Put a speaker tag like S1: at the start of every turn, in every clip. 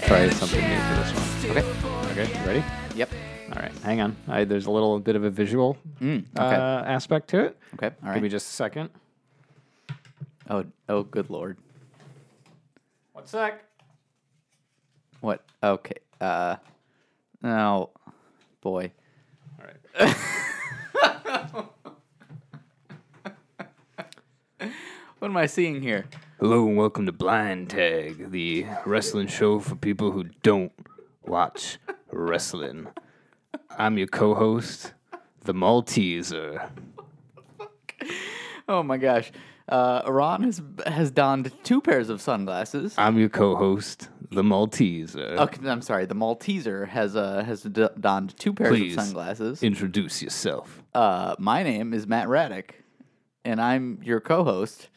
S1: try something new for this one.
S2: Okay.
S1: Okay, you ready?
S2: Yep.
S1: All right, hang on. I, there's a little bit of a visual
S2: Mm, okay.
S1: uh, aspect to it.
S2: Okay. All
S1: Give me
S2: right.
S1: just a second.
S2: Oh, oh, good lord.
S1: One sec.
S2: What? Okay. Uh, oh, boy.
S1: All right.
S2: What am I seeing here?
S1: Hello and welcome to Blind Tag, the wrestling show for people who don't watch wrestling. I'm your co-host, the Malteser.
S2: Oh my gosh. Uh, Iran has has donned two pairs of sunglasses.
S1: I'm your co-host, the Malteser.
S2: Okay, I'm sorry. The Malteser has uh, has d- donned two pairs
S1: Please.
S2: of sunglasses.
S1: Introduce yourself.
S2: Uh, my name is Matt Raddick, and I'm your co-host.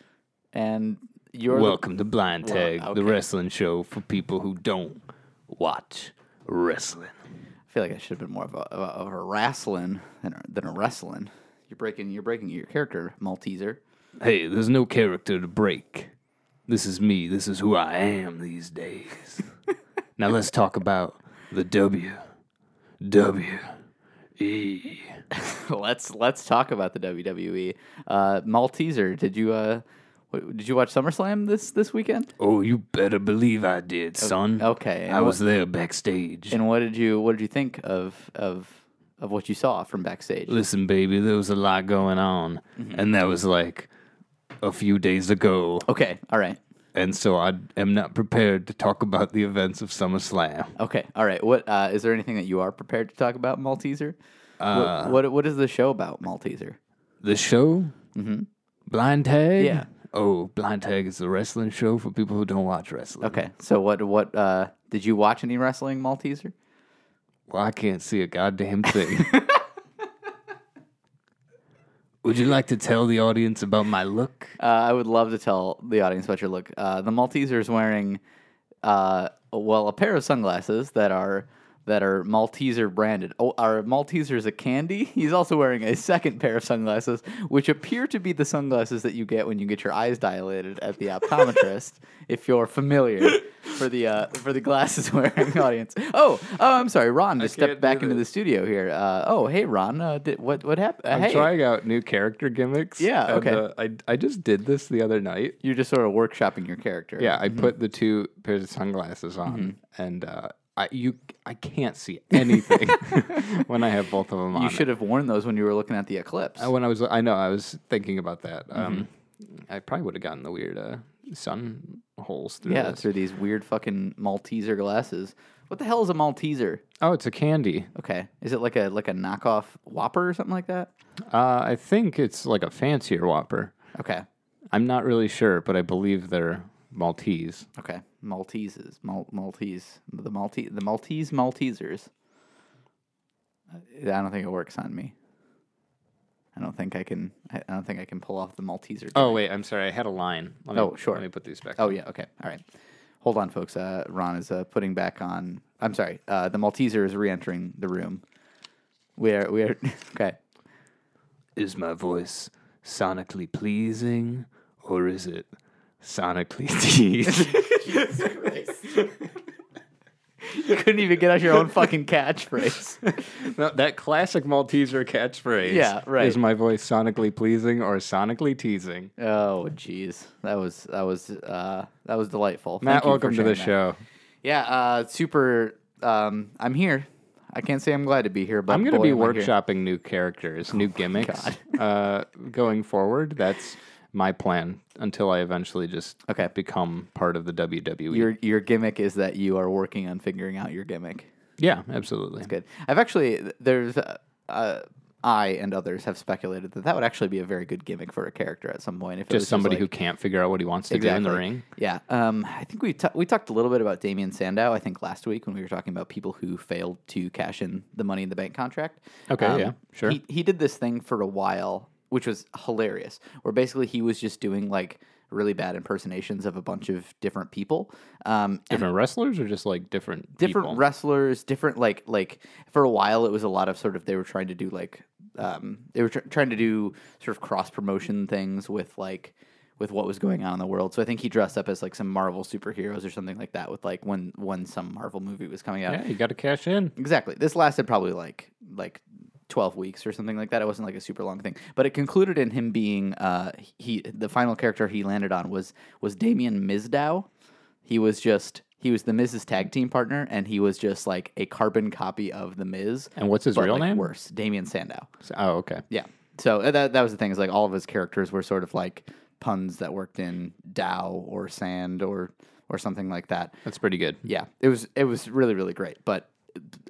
S2: And you're the-
S1: Welcome to Blind Tag,
S2: okay.
S1: the wrestling show for people who don't watch wrestling.
S2: I feel like I should have been more of a, of a, of a wrestling than a, than a wrestling. You're breaking you're breaking your character, Malteser.
S1: Hey, there's no character to break. This is me. This is who I am these days. now let's talk about the W. W. E.
S2: let's let's talk about the WWE. Uh, Malteser, did you uh, w- did you watch SummerSlam this this weekend?
S1: Oh, you better believe I did, son.
S2: okay, and
S1: I
S2: what-
S1: was there backstage.
S2: And what did you what did you think of of of what you saw from backstage?
S1: Listen, baby, there was a lot going on.
S2: Mm-hmm.
S1: And that was like a few days ago.
S2: Okay, all right,
S1: And so I am not prepared to talk about the events of SummerSlam.
S2: okay, all right. What uh, is there anything that you are prepared to talk about, Malteser? what, what what is the show about, Malteser?
S1: The show? Mm-hmm. Blind Tag?
S2: Yeah.
S1: Oh, Blind Tag is a wrestling show for people who don't watch wrestling.
S2: Okay, so what what uh, did you watch any wrestling, Malteser?
S1: Well, I can't see a goddamn thing. Would you like to tell the audience about my look?
S2: Uh, I would love to tell the audience what your look. Uh, the Malteser is wearing, uh, well, a pair of sunglasses that are that are Malteser branded. Oh, our Malteser is a candy. He's also wearing a second pair of sunglasses, which appear to be the sunglasses that you get when you get your eyes dilated at the optometrist, if you're familiar. For the uh, for the glasses wearing audience. Oh, oh, I'm sorry, Ron just
S1: can't do
S2: stepped back into the
S1: this.
S2: studio here. Uh, oh, hey, Ron, uh, did, what what happened?
S1: I'm
S2: hey,
S1: trying out new character gimmicks.
S2: Yeah,
S1: and,
S2: okay.
S1: uh, I, I just did this the other night.
S2: you're just sort of workshopping your character.
S1: Yeah, I put the two pairs of sunglasses on,
S2: Mm-hmm.
S1: and uh, I you I can't see anything when I have both of them on.
S2: You should have worn those when you were looking at the eclipse.
S1: Uh, When I was, I know, I was thinking about that. Um, I probably would have gotten the weird uh, sun holes through.
S2: yeah,
S1: this.
S2: through these weird fucking Malteser glasses. What the hell is a Malteser?
S1: Oh, it's a candy.
S2: Okay, is it like a like a knockoff Whopper or something like that?
S1: Uh, I think it's like a fancier Whopper.
S2: Okay,
S1: I'm not really sure, but I believe they're Maltese.
S2: okay, Malteses, Mal- Maltese, the Maltese, the Maltese Maltesers. I don't think it works on me. I don't think I can. I I don't think I can pull off the Malteser.
S1: Oh wait, I'm sorry. I had a line. Let me,
S2: Oh, sure.
S1: Let me put these back.
S2: Oh yeah. Okay. All right. Hold on, folks. Uh, Ron is uh, putting back on. I'm sorry. Uh, the Malteser is re-entering the room. We are. We are. okay.
S1: Is my voice sonically pleasing, or is it sonically teasing?
S2: You couldn't even get out your own fucking catchphrase.
S1: No, that classic Malteser catchphrase.
S2: Yeah, right.
S1: Is my voice sonically pleasing or sonically teasing?
S2: Oh, jeez. That was that was uh, that was delightful. Thank
S1: Matt,
S2: you for
S1: welcome to the
S2: sharing that.
S1: show.
S2: Yeah. Uh, super. Um, I'm here. I can't say I'm glad to be here, but
S1: I'm going to
S2: boy,
S1: be
S2: am I here. Oh
S1: workshopping new characters, new gimmicks uh, going forward. That's my plan until I eventually just
S2: Okay.
S1: become part of the E. WWE.
S2: Your your gimmick is that you are working on figuring out your gimmick.
S1: yeah, absolutely.
S2: good. I've actually th- there's uh, uh, I and others have speculated that that would actually be a very good gimmick for a character at some point. If it was
S1: Just somebody
S2: like-
S1: who can't figure out what he wants to do in the ring.
S2: Yeah, um, I think we ta- we talked a little bit about Damian Sandow. I think last week when we were talking about people who failed to cash in the Money in the Bank contract. Um,
S1: Okay, yeah, sure.
S2: He he did this thing for a while, which was hilarious. Where basically he was just doing like really bad impersonations of a bunch of different people. Um,
S1: Different wrestlers or just like different
S2: different
S1: people?
S2: wrestlers, different like like for a while it was a lot of sort of they were trying to do like um, they were tr- trying to do sort of cross promotion things with like with what was going on in the world. So I think he dressed up as like some Marvel superheroes or something like that with like when when some Marvel movie was coming out.
S1: Yeah, you got to cash in.
S2: Exactly. This lasted probably like like twelve weeks or something like that. It wasn't like a super long thing, but it concluded in him being uh, he the final character he landed on was was Damian Mizdow. He was just he was the Miz's tag team partner, and he was just like a carbon copy of the Miz.
S1: And what's his
S2: but,
S1: real
S2: like,
S1: name?
S2: Worse, Damian Sandow.
S1: Oh, okay.
S2: Yeah. So uh, that that was the thing is like all of his characters were sort of like puns that worked in Dow or sand or or something like that
S1: That's pretty good.
S2: yeah, it was it was really really great, but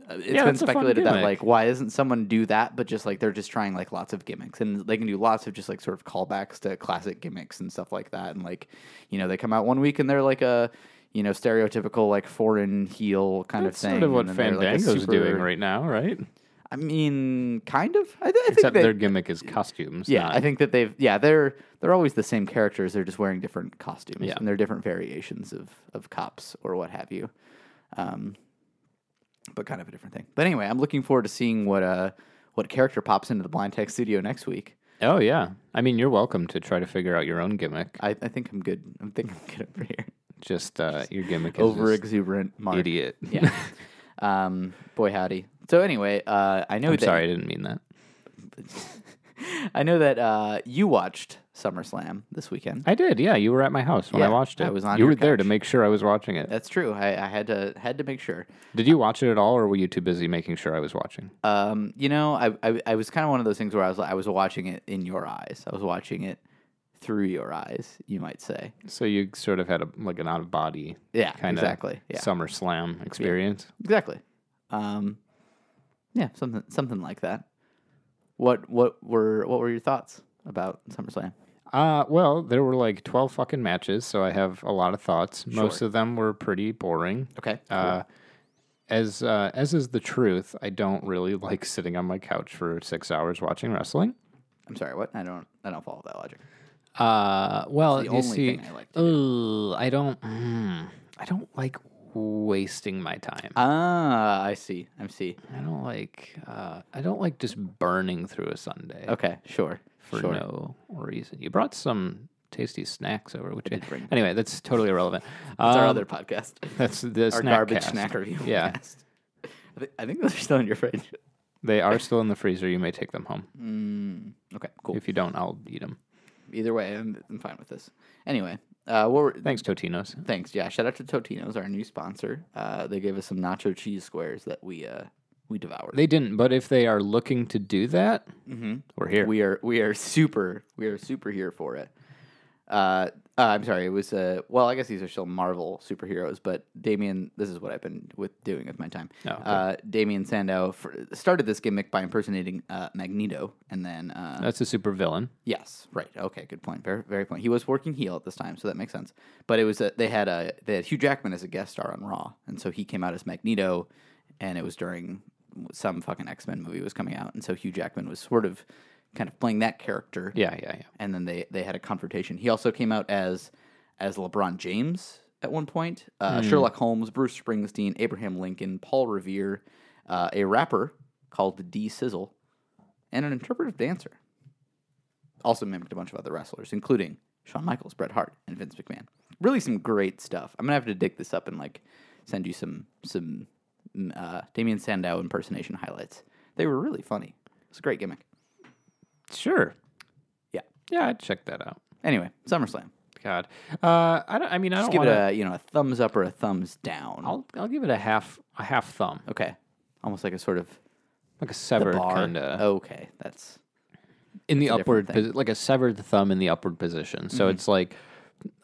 S2: uh, it's been
S1: that's a fun
S2: speculated that
S1: gimmick.
S2: like why doesn't someone do that? But just like they're just trying like lots of gimmicks, and they can do lots of just like sort of callbacks to classic gimmicks and stuff like that. And like you know they come out one week and they're like a you know stereotypical like foreign heel kind
S1: That's
S2: of thing.
S1: sort of what
S2: and then they're, like, a
S1: Fandango's
S2: super-
S1: doing right now, right?
S2: I mean, kind of. I, th- I think
S1: Except
S2: they,
S1: their gimmick is costumes.
S2: yeah,
S1: not-
S2: I think that they've yeah they're they're always the same characters. They're just wearing different costumes
S1: Yeah.
S2: and they're different variations of of cops or what have you, um, but kind of a different thing. But anyway, I'm looking forward to seeing what uh what character pops into the Blind Tech Studio next week.
S1: Oh yeah. I mean, you're welcome to try to figure out your own gimmick.
S2: I, I think I'm good. I think I'm good over here.
S1: Just uh, your gimmick is
S2: Over
S1: just
S2: exuberant, Mark.
S1: idiot.
S2: Yeah. um, boy howdy. So anyway, uh, I know
S1: I'm
S2: that
S1: sorry, I didn't mean that.
S2: I know that uh, you watched SummerSlam this weekend.
S1: I did. Yeah, you were at my house when I
S2: Yeah,
S1: watched it.
S2: I was on
S1: You
S2: your
S1: were there to
S2: couch. Uh,
S1: make sure I was watching it.
S2: That's true. I, I had to had to make sure.
S1: Did you watch it at all, or were you too busy making sure I was watching?
S2: Um, you know, I, I I was kind of one of those things where I was I was watching it in your eyes. I was watching it through your eyes, you might say.
S1: So you sort of had a like an out of body
S2: Yeah,
S1: kind of
S2: exactly. Yeah,
S1: summer slam experience.
S2: exactly. Um, yeah, something something like that. What what were what were your thoughts about SummerSlam?
S1: Uh, well, there were like twelve fucking matches, so I have a lot of thoughts. Most
S2: Sure.
S1: of them were pretty boring.
S2: Okay.
S1: Uh, as uh, as is the truth, I don't really like sitting on my couch for six hours watching wrestling.
S2: I'm sorry. What? I don't I don't follow that logic.
S1: Uh, well,
S2: It's the
S1: you
S2: only
S1: see,
S2: thing I like to
S1: ugh, I don't, mm, I don't like wasting my time.
S2: Ah, I see. I see.
S1: I don't like, uh, I don't like just burning through a Sunday
S2: Okay, sure.
S1: for
S2: sure.
S1: no reason. You brought some tasty snacks over, which
S2: did bring-
S1: anyway, that's totally irrelevant.
S2: That's our
S1: Um,
S2: other podcast.
S1: That's the
S2: Our
S1: snack
S2: garbage
S1: cast.
S2: snack review.
S1: Yeah,
S2: podcast. I, thi- I think those are still in your fridge.
S1: they are still in the freezer. You may take them home.
S2: Okay, cool.
S1: If you don't, I'll eat them.
S2: Either way, I'm, I'm fine with this. Anyway, uh, what were,
S1: Thanks, Totinos.
S2: thanks. Yeah, shout out to Totino's, our new sponsor. Uh, they gave us some nacho cheese squares that we uh, we devoured.
S1: They didn't, but if they are looking to do that, we're here.
S2: Mm-hmm. we are we are super we are super here for it. Uh, uh, I'm sorry. It was uh, well, I guess these are still Marvel superheroes, but Damien, this is what I've been with doing with my time.
S1: Oh, okay.
S2: Uh, Damien Sandow fr- started this gimmick by impersonating uh, Magneto, and then uh,
S1: That's a super villain.
S2: Yes, right. Okay, good point. Very, very point. He was working heel at this time, so that makes sense. But it was a, they had a they had Hugh Jackman as a guest star on Raw, and so he came out as Magneto, and it was during some fucking X Men movie was coming out, and so Hugh Jackman was sort of kind of playing that character.
S1: Yeah, yeah, yeah.
S2: And then they they had a confrontation. He also came out as as LeBron James at one point. Uh, Sherlock Holmes, Bruce Springsteen, Abraham Lincoln, Paul Revere, uh, a rapper called D Sizzle, and an interpretive dancer also mimicked a bunch of other wrestlers, including Shawn Michaels, Bret Hart, and Vince McMahon. Really, some great stuff. I'm gonna have to dig this up and like send you some some mm, uh, Damien Sandow impersonation highlights. They were really funny. It's a great gimmick.
S1: Sure.
S2: Yeah.
S1: Yeah, I'd check that out.
S2: Anyway, SummerSlam.
S1: God. Uh, I, don't, I mean, I
S2: Just
S1: don't
S2: give
S1: want to.
S2: it a you know a thumbs up or a thumbs down.
S1: I'll, I'll give it a half a half thumb,
S2: okay, almost like a sort of
S1: like a severed
S2: bar.
S1: kind of
S2: Okay, that's
S1: in the upward,
S2: different
S1: posi- like a severed thumb in the upward position. So it's like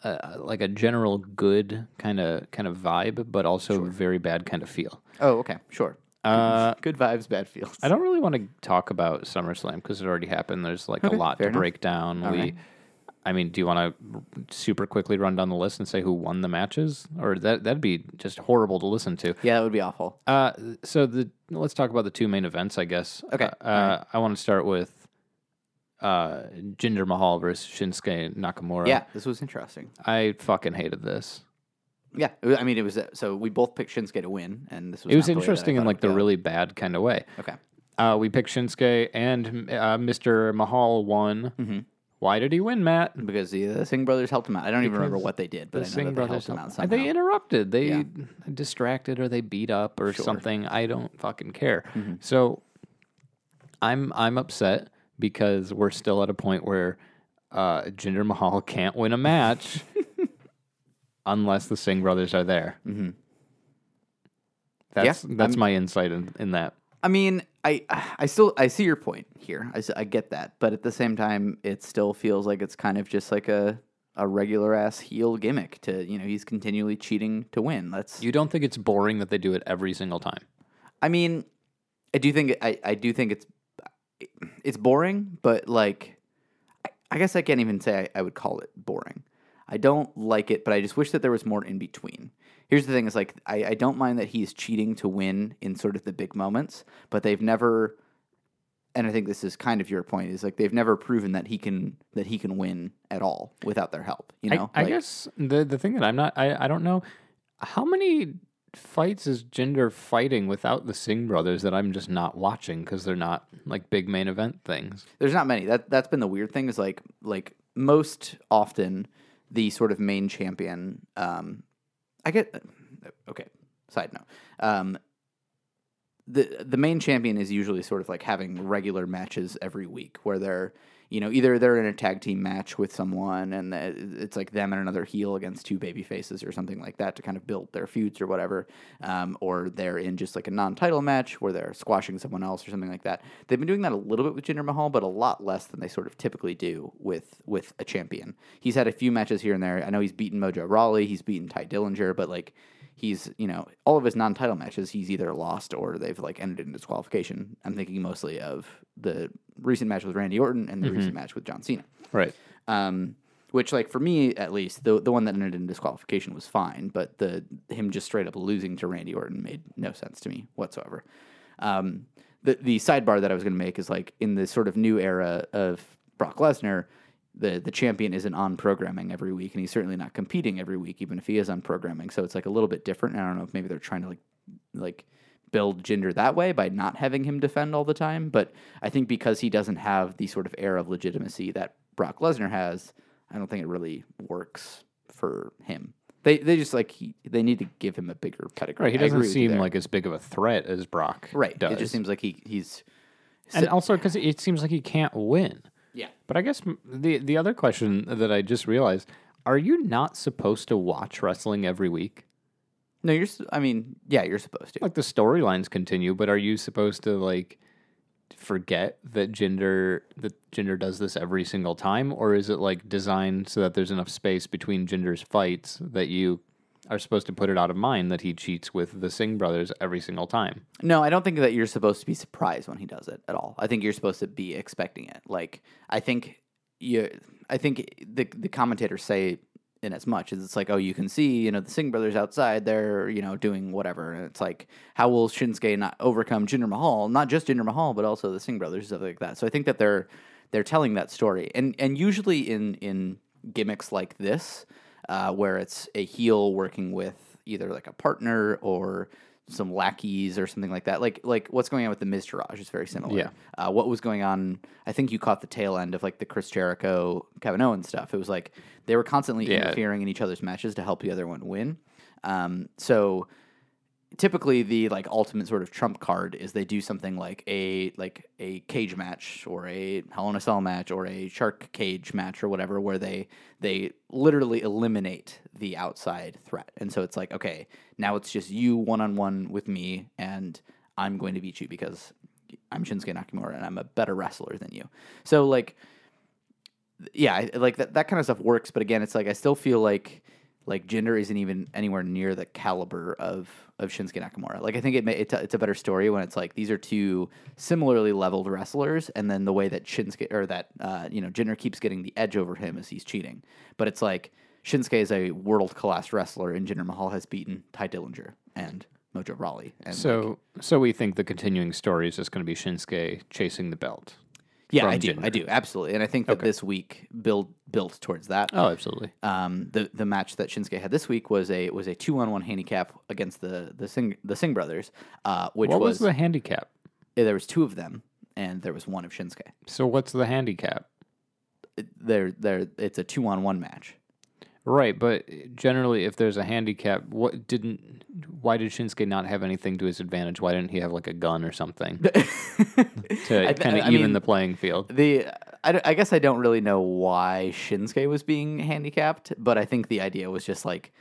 S1: uh, like a general good kind of kind of vibe, but also very bad kind of feel.
S2: oh okay sure.
S1: Uh,
S2: Good vibes, bad feels.
S1: I don't really want to talk about SummerSlam because it already happened. There's like a lot to
S2: fair enough.
S1: break down. we,
S2: right.
S1: I mean, do you want to super quickly run down the list and say who won the matches, or that that'd be just horrible to listen to?
S2: yeah, that would be awful.
S1: Uh, so the let's talk about the two main events, I guess.
S2: Okay,
S1: Uh, uh, I want to start with uh, Jinder Mahal versus Shinsuke Nakamura.
S2: Yeah, this was interesting.
S1: I fucking hated this.
S2: Yeah, it was- I mean, it was uh, so we both picked Shinsuke to win, and this was
S1: It was
S2: not the way that I
S1: interesting in
S2: thought it
S1: like
S2: would
S1: the
S2: go.
S1: really bad kind of way.
S2: okay. Mm-hmm.
S1: Uh, we picked Shinsuke and uh, Mr. Mahal won. Why did he win, Matt?
S2: because the, the Singh brothers helped him out. I don't even remember
S1: Because
S2: what they did, but I
S1: The
S2: know
S1: Singh
S2: that they helped
S1: brothers.
S2: him out
S1: helped-
S2: somehow.
S1: They interrupted. They
S2: Yeah.
S1: distracted, or they beat up, or something. I don't fucking care. So, I'm I'm upset because we're still at a point where uh, Jinder Mahal can't win a match unless the Singh brothers are there. Mm-hmm. That's that's my insight in, in that.
S2: I mean, I I still I see your point here. I, s- I get that, but at the same time, it still feels like it's kind of just like a a regular ass heel gimmick. To you know, he's continually cheating to win. That's
S1: You don't think it's boring that they do it every single time?
S2: I mean, I do think I, I do think it's it's boring, but like I, I guess I can't even say I, I would call it boring. I don't like it, but I just wish that there was more in between. Here's the thing: is like I, I don't mind that he's cheating to win in sort of the big moments, but they've never. And I think this is kind of your point: is like they've never proven that he can that he can win at all without their help. You know,
S1: I, I
S2: Like,
S1: guess the the thing that I'm not I, I don't know how many fights is Jinder fighting without the Singh brothers that I'm just not watching because they're not like big main event things.
S2: There's not many. That that's been the weird thing is like like most often the sort of main champion. Um, I get uh, okay. Side note. Um, the the main champion is usually sort of like having regular matches every week where they're you know either they're in a tag team match with someone and the- it's like them and another heel against two baby faces or something like that to kind of build their feuds or whatever um, or they're in just like a non-title match where they're squashing someone else or something like that they've been doing that a little bit with Jinder Mahal but a lot less than they sort of typically do with with a champion he's had a few matches here and there I know he's beaten Mojo Rawley he's beaten Ty Dillinger but like he's you know all of his non-title matches he's either lost or they've like ended in disqualification i'm thinking mostly of the recent match with randy orton and the recent match with john cena
S1: Right.
S2: um, which like for me at least the, the one that ended in disqualification was fine but the him just straight up losing to randy orton made no sense to me whatsoever um, the, the sidebar that i was going to make is like in the sort of new era of brock lesnar the, the champion isn't on programming every week and he's certainly not competing every week even if he is on programming so it's like a little bit different and i don't know if maybe they're trying to like like build gender that way by not having him defend all the time. But I think because he doesn't have the sort of air of legitimacy that Brock Lesnar has, I don't think it really works for him. They they just like he, they need to give him a bigger pedigree.
S1: Right. He
S2: I agree
S1: doesn't
S2: with you
S1: seem
S2: there.
S1: like as big of a threat as Brock.
S2: right.
S1: Does.
S2: It just seems like he he's
S1: and also because it seems like he can't win.
S2: yeah.
S1: But I guess m- the the other question that I just realized: Are you not supposed to watch wrestling every week?
S2: No, you're. s- I mean, yeah, you're supposed to.
S1: like the storylines continue, but are you supposed to like forget that gender that gender does this every single time, or is it like designed so that there's enough space between gender's fights that you are supposed to put it out of mind that he cheats with the Singh brothers every single time?
S2: No, I don't think that you're supposed to be surprised when he does it at all. I think you're supposed to be expecting it. Like I think you I think the the commentators say in as much as it's like, oh, you can see, you know, the Singh brothers outside, they're, you know, doing whatever. And it's like, how will Shinsuke not overcome Jinder Mahal? Not just Jinder Mahal, but also the Singh brothers, stuff like that. So I think that they're they're telling that story. And and usually in in gimmicks like this, uh, where it's a heel working with either like a partner or some lackeys or something like that. Like like what's going on with the Miz Taraj is very similar.
S1: Yeah.
S2: Uh, what was going on? I think you caught the tail end of like the Chris Jericho Kevin Owens stuff. It was like they were constantly
S1: Yeah.
S2: interfering in each other's matches to help the other one win. Um, so typically the like ultimate sort of trump card is they do something like a like a cage match or a hell in a cell match or a shark cage match or whatever where they they literally eliminate the outside threat and so it's like okay now it's just you one-on-one with me and i'm going to beat you because i'm shinsuke nakamura and i'm a better wrestler than you so like yeah, I- like that that kind of stuff works. But again, it's like I still feel like like gender isn't even anywhere near the caliber of of Shinsuke Nakamura. Like I think it may, it's, a, it's a better story when it's like these are two similarly leveled wrestlers, and then the way that Shinsuke or that uh, you know gender keeps getting the edge over him as he's cheating. But it's like Shinsuke is a world class wrestler, and Jinder Mahal has beaten Ty Dillinger and Mojo Rawley. And
S1: So, so we think the continuing story is just going to be Shinsuke chasing the belt.
S2: yeah,
S1: from
S2: I do, I
S1: Jinder.
S2: do absolutely, and I think that this week build built towards that.
S1: Oh, absolutely.
S2: um, the the match that Shinsuke had this week was a was a two on one handicap against the the Singh the Singh brothers, uh, which
S1: What was
S2: was, eh,
S1: the handicap?
S2: there was two of them and there was one of Shinsuke.
S1: So, what's the handicap?
S2: they're they're it's a two on one match.
S1: Right, but eh, generally, if there's a handicap, what didn't? Why did Shinsuke not have anything to his advantage? Why didn't he have like a gun or something to
S2: th-
S1: kind of
S2: I
S1: even
S2: mean-
S1: the playing field?
S2: The I, d- I guess I don't really know why Shinsuke was being handicapped, but I think the idea was just like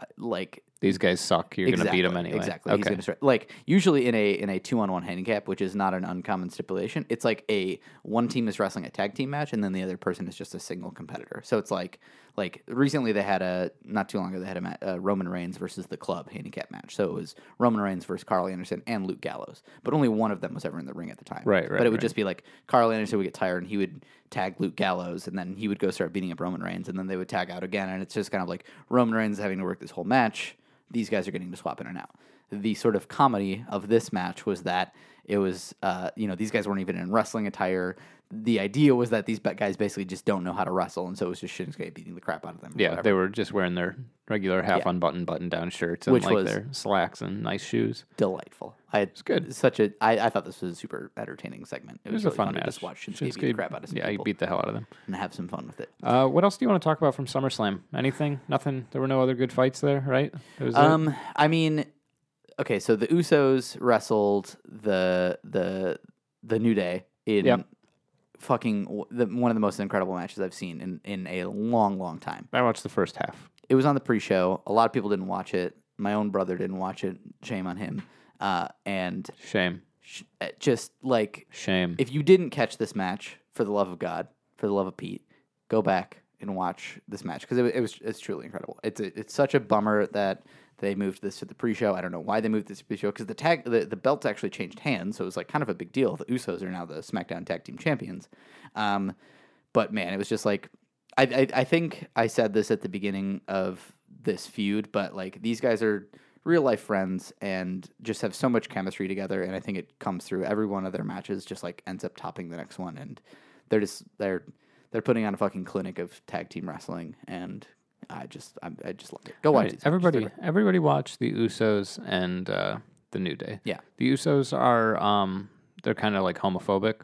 S2: uh, like
S1: These guys suck. You're going to beat them anyway.
S2: Exactly. He's
S1: Okay.
S2: gonna start, like usually in a in a two on one handicap, which is not an uncommon stipulation. It's like a one team is wrestling a tag team match, and then the other person is just a single competitor. So it's like like recently they had a not too long ago they had a ma- uh, Roman Reigns versus the Club handicap match. So it was Roman Reigns versus Carl Anderson and Luke Gallows, but only one of them was ever in the ring at the time.
S1: Right, right,
S2: But it would
S1: right.
S2: just be like Carl Anderson would get tired, and he would tag Luke Gallows, and then he would go start beating up Roman Reigns, and then they would tag out again, and it's just kind of like Roman Reigns is having to work this whole match these guys are getting to swap in and out. The sort of comedy of this match was that it was, uh, you know, these guys weren't even in wrestling attire. The idea was that these ba- guys basically just don't know how to wrestle, and so it was just Shinsuke beating the crap out of them. or
S1: Yeah,
S2: whatever.
S1: they were just wearing their regular half unbuttoned button down shirts and
S2: Which
S1: like
S2: was-
S1: their slacks and nice shoes.
S2: delightful. I had
S1: good.
S2: Such a, I, I thought this was a super entertaining segment. It was,
S1: It was
S2: really
S1: a fun
S2: fun
S1: match.
S2: to just watch Shinsuke, beat the crap out of some
S1: yeah,
S2: people
S1: he beat the hell out of them.
S2: and have some fun with it.
S1: Uh, what else do you want to talk about from SummerSlam? Anything? Nothing? There were no other good fights there, right? That was it?
S2: Um, I mean, okay, so the Usos wrestled the the the New Day in
S1: Yep.
S2: fucking w- the, one of the most incredible matches I've seen in in a long, long time.
S1: I watched the first half.
S2: It was on the pre-show. A lot of people didn't watch it. My own brother didn't watch it. Shame on him. Uh, and
S1: Shame.
S2: sh- uh, just like
S1: Shame.
S2: if you didn't catch this match, for the love of God, for the love of Pete, go back and watch this match because it, wa- it was it's truly incredible. It's a, it's such a bummer that they moved this to the pre-show. I don't know why they moved this to the pre-show because the tag the, the belts actually changed hands, so it was like kind of a big deal. The Usos are now the SmackDown Tag Team Champions. Um, but man, it was just like I, I I think I said this at the beginning of this feud, but like these guys are real life friends and just have so much chemistry together, and I think it comes through every one of their matches. Just like ends up topping the next one, and they're just they're they're putting on a fucking clinic of tag team wrestling, and I just I, I just love it. Go
S1: Right.
S2: watch these matches.
S1: Everybody,
S2: They're-
S1: everybody, watch the Usos and uh, the New Day.
S2: Yeah.
S1: the Usos are um, they're kind of like homophobic,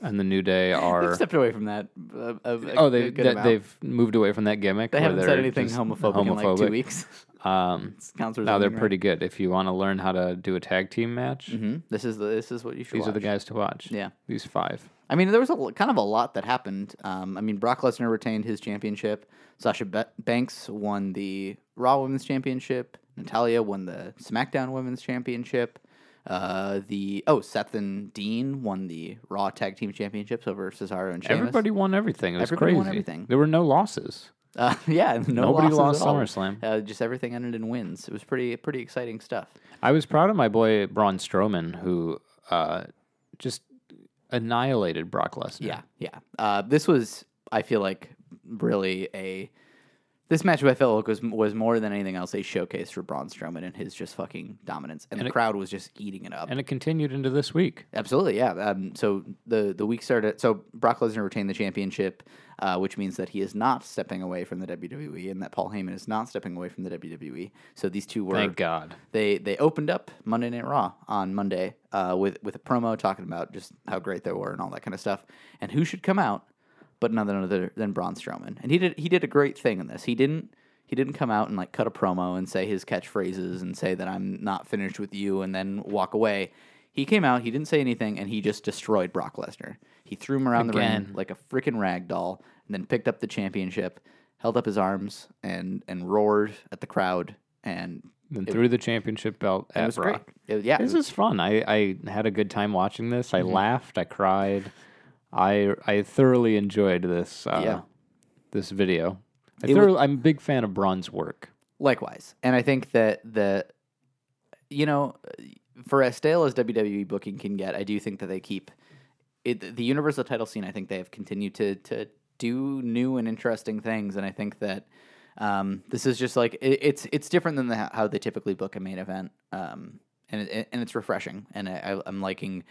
S1: and the New Day
S2: They've
S1: are.
S2: stepped away from that. Uh,
S1: Oh, they that, they've moved away from that gimmick.
S2: they
S1: where
S2: haven't said
S1: they're
S2: anything
S1: just
S2: homophobic, in like two weeks.
S1: Um,
S2: Counselors
S1: no, they're
S2: only, right?
S1: pretty good. If you want to learn how to do a tag team match,
S2: Mhm. This is the this is what you should.
S1: these
S2: watch.
S1: are the guys to watch.
S2: Yeah.
S1: these five.
S2: I mean, there was a l- kind of a lot that happened. Um, I mean, Brock Lesnar retained his championship. Sasha Ba- Banks won the Raw Women's Championship. Natalia won the SmackDown Women's Championship. Uh, the oh, Seth and Dean won the Raw Tag Team Championships over Cesaro and Sheamus.
S1: Everybody won everything. It was
S2: Everybody
S1: crazy.
S2: won everything.
S1: There were no losses.
S2: uh, yeah, and no
S1: Nobody
S2: losses
S1: lost
S2: at all.
S1: SummerSlam.
S2: Uh, just everything ended in wins. It was pretty pretty exciting stuff.
S1: I was proud of my boy Braun Strowman, who uh, just annihilated Brock Lesnar.
S2: Yeah, yeah. Uh, this was, I feel like, really a this matchup. I felt like was was more than anything else a showcase for Braun Strowman and his just fucking dominance, and, the crowd was just eating it up.
S1: and it continued into this week.
S2: Absolutely, yeah. Um, so the the week started. So Brock Lesnar retained the championship, uh, which means that he is not stepping away from the WWE, and that Paul Heyman is not stepping away from the WWE. So these two were
S1: Thank God.
S2: they they opened up Monday Night Raw on Monday uh, with with a promo talking about just how great they were and all that kind of stuff, and who should come out but none other than Braun Strowman. And he did he did a great thing in this. He didn't he didn't come out and like cut a promo and say his catchphrases and say that I'm not finished with you and then walk away. He came out, he didn't say anything, and he just destroyed Brock Lesnar. He threw him around the
S1: Again.
S2: ring like a freaking rag doll, and then picked up the championship, held up his arms, and and roared at the crowd. And
S1: Then threw the championship belt
S2: it
S1: at
S2: was
S1: Brock.
S2: great. It- yeah, Mm-hmm.
S1: This
S2: it-
S1: is fun. I, I had a good time watching this. I laughed. I cried. I I thoroughly enjoyed this uh,
S2: Yeah.
S1: this video. I
S2: It wa-
S1: thoroughly, I'm a big fan of Braun's work.
S2: likewise, and I think that the, you know, for as stale as WWE booking can get, I do think that they keep it, the Universal title scene. I think they have continued to to do new and interesting things, and I think that um, this is just like it, it's it's different than the, how they typically book a main event, um, and it, and it's refreshing, and I, I, I'm liking.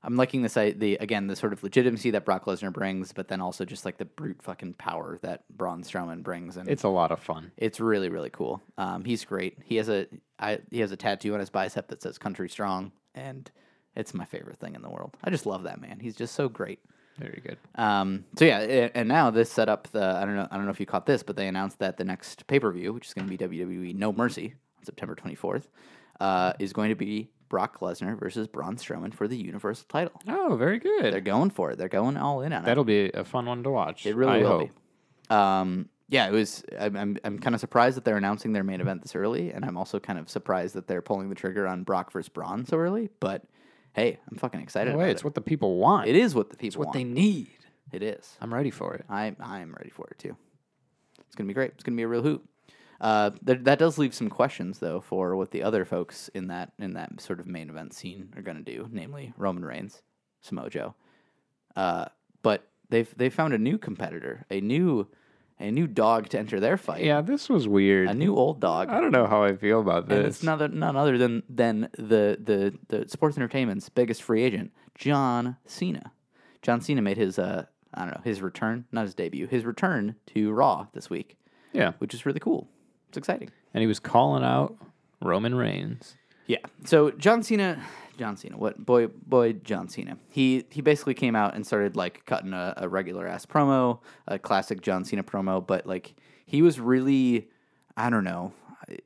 S2: I'm liking this I, the again the sort of legitimacy that Brock Lesnar brings, but then also just like the brute fucking power that Braun Strowman brings. And
S1: It's a lot of fun.
S2: it's really really cool. Um, he's great. He has a I, he has a tattoo on his bicep that says "Country Strong," and it's my favorite thing in the world. I just love that man. He's just so great.
S1: Very good.
S2: Um, so yeah, a- and now this set up the I don't know I don't know if you caught this, but they announced that the next pay per view, which is going to be WWE No Mercy on September 24th, uh, is going to be Brock Lesnar versus Braun Strowman for the Universal title.
S1: Oh, very
S2: They're
S1: good.
S2: going for it. They're going all in on it.
S1: That'll be a fun one to watch.
S2: It really
S1: I
S2: will
S1: hope.
S2: be. Um, yeah, it was. I'm, I'm, I'm kind of surprised that they're announcing their main event this early, and I'm also kind of surprised that they're pulling the trigger on Brock versus Braun so early. But hey, I'm fucking excited.
S1: No
S2: about
S1: way,
S2: it.
S1: it's what the people want.
S2: it is what the people
S1: what
S2: want.
S1: they need.
S2: it is.
S1: I'm ready for it.
S2: I'm I'm ready for it too. It's gonna be great. It's gonna be a real hoot. Uh, th- that does leave some questions though for what the other folks in that in that sort of main event scene are gonna do, namely Roman Reigns, Samoa Joe. Uh, but they've they found a new competitor, a new a new dog to enter their fight,
S1: Yeah, this was
S2: a
S1: weird.
S2: new old dog.
S1: I don't know how I feel about
S2: And it's
S1: this.
S2: none, oth- none other than than the, the the sports entertainment's biggest free agent, John Cena. John Cena made his uh I don't know his return, not his debut, his return to Raw this week,
S1: Yeah.
S2: which is really cool. It's exciting.
S1: And he was calling out Roman Reigns.
S2: Yeah. So John Cena, John Cena, what boy, boy, John Cena. He he basically came out and started like cutting a, a regular ass promo, a classic John Cena promo, but like he was really, I don't know, I,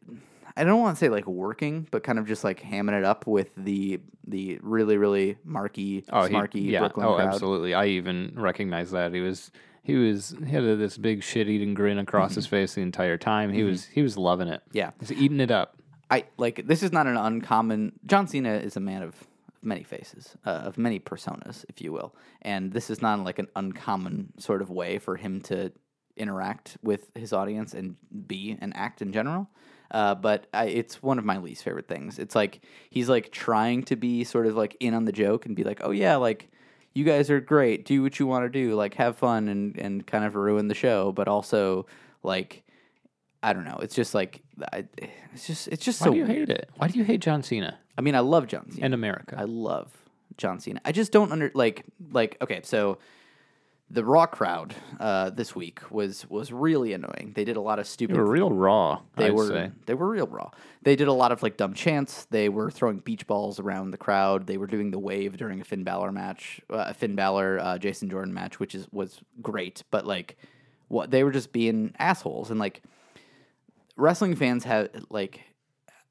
S2: I don't want to say like working, but kind of just like hamming it up with the the really really marky,
S1: he-
S2: smarky Brooklyn
S1: oh,
S2: crowd.
S1: absolutely. I even recognize that he was he was he had this big shit-eating grin across his face the entire time. He was he was loving it.
S2: Yeah.
S1: he's eating it up.
S2: I like this is not an uncommon. John Cena is a man of many faces, uh, of many personas, if you will, and this is not like an uncommon sort of way for him to interact with his audience and be and act in general. Uh, but I, it's one of my least favorite things. It's like he's like trying to be sort of like in on the joke and be like, oh yeah, like you guys are great. Do what you want to do. Like have fun and and kind of ruin the show, but also like. I don't know. It's just like I, it's just it's just
S1: Why
S2: so.
S1: do you hate
S2: weird.
S1: it? Why do you hate John Cena
S2: I mean, I love John Cena.
S1: and America?
S2: I love John Cena. I just don't under like like okay, so the Raw crowd uh, this week was was really annoying. They did a lot of stupid
S1: they were real raw.
S2: they
S1: I'd
S2: were
S1: say.
S2: they were real raw. They did a lot of like dumb chants. They were throwing beach balls around the crowd. They were doing the wave during a Finn Balor match, uh, a Finn Balor uh, Jason Jordan match, which is was great. But like, what they were just being assholes and like wrestling fans have like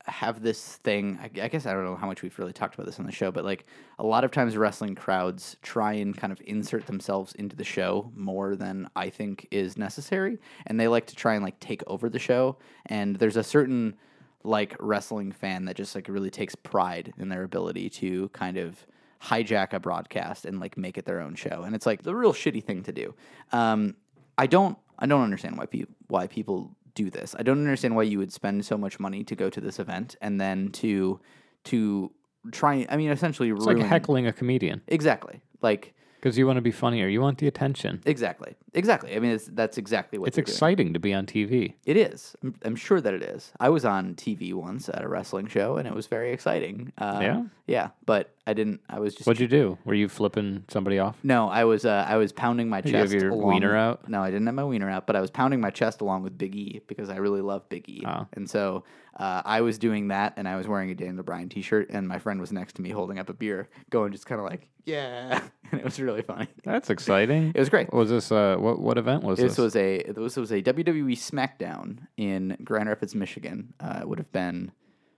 S2: have this thing. I, I guess I don't know how much we've really talked about this on the show, but like a lot of times wrestling crowds try and kind of insert themselves into the show more than I think is necessary, and they like to try and like take over the show. And there's a certain like wrestling fan that just like really takes pride in their ability to kind of hijack a broadcast and like make it their own show. And it's like the real shitty thing to do. Um, I don't I don't understand why people why people do this. I don't understand why you would spend so much money to go to this event and then to to try. I mean, essentially
S1: It's
S2: ruin
S1: like heckling a comedian
S2: exactly like
S1: because you want to be funnier. You want the attention.
S2: exactly exactly. I mean, it's, that's exactly what
S1: It's
S2: they're doing.
S1: exciting to be on TV.
S2: It is. I'm, I'm sure that it is. I was on TV once at a wrestling show, and it was very exciting. Uh,
S1: Yeah?
S2: yeah, but I didn't. I was just
S1: What'd you do? Were you flipping somebody off?
S2: No, I was uh, I was pounding my
S1: you have
S2: chest.
S1: your
S2: along-
S1: wiener out?
S2: No, I didn't have my wiener out, but I was pounding my chest along with Big E because I really love Big E,
S1: Ah.
S2: and so uh, I was doing that, and I was wearing a Daniel Bryan T-shirt, and my friend was next to me holding up a beer, going just kind of like yeah, and it was really funny.
S1: That's exciting.
S2: It was great.
S1: Was this uh what what event was this?
S2: This was a this was a WWE SmackDown in Grand Rapids, Michigan. Uh, it would have been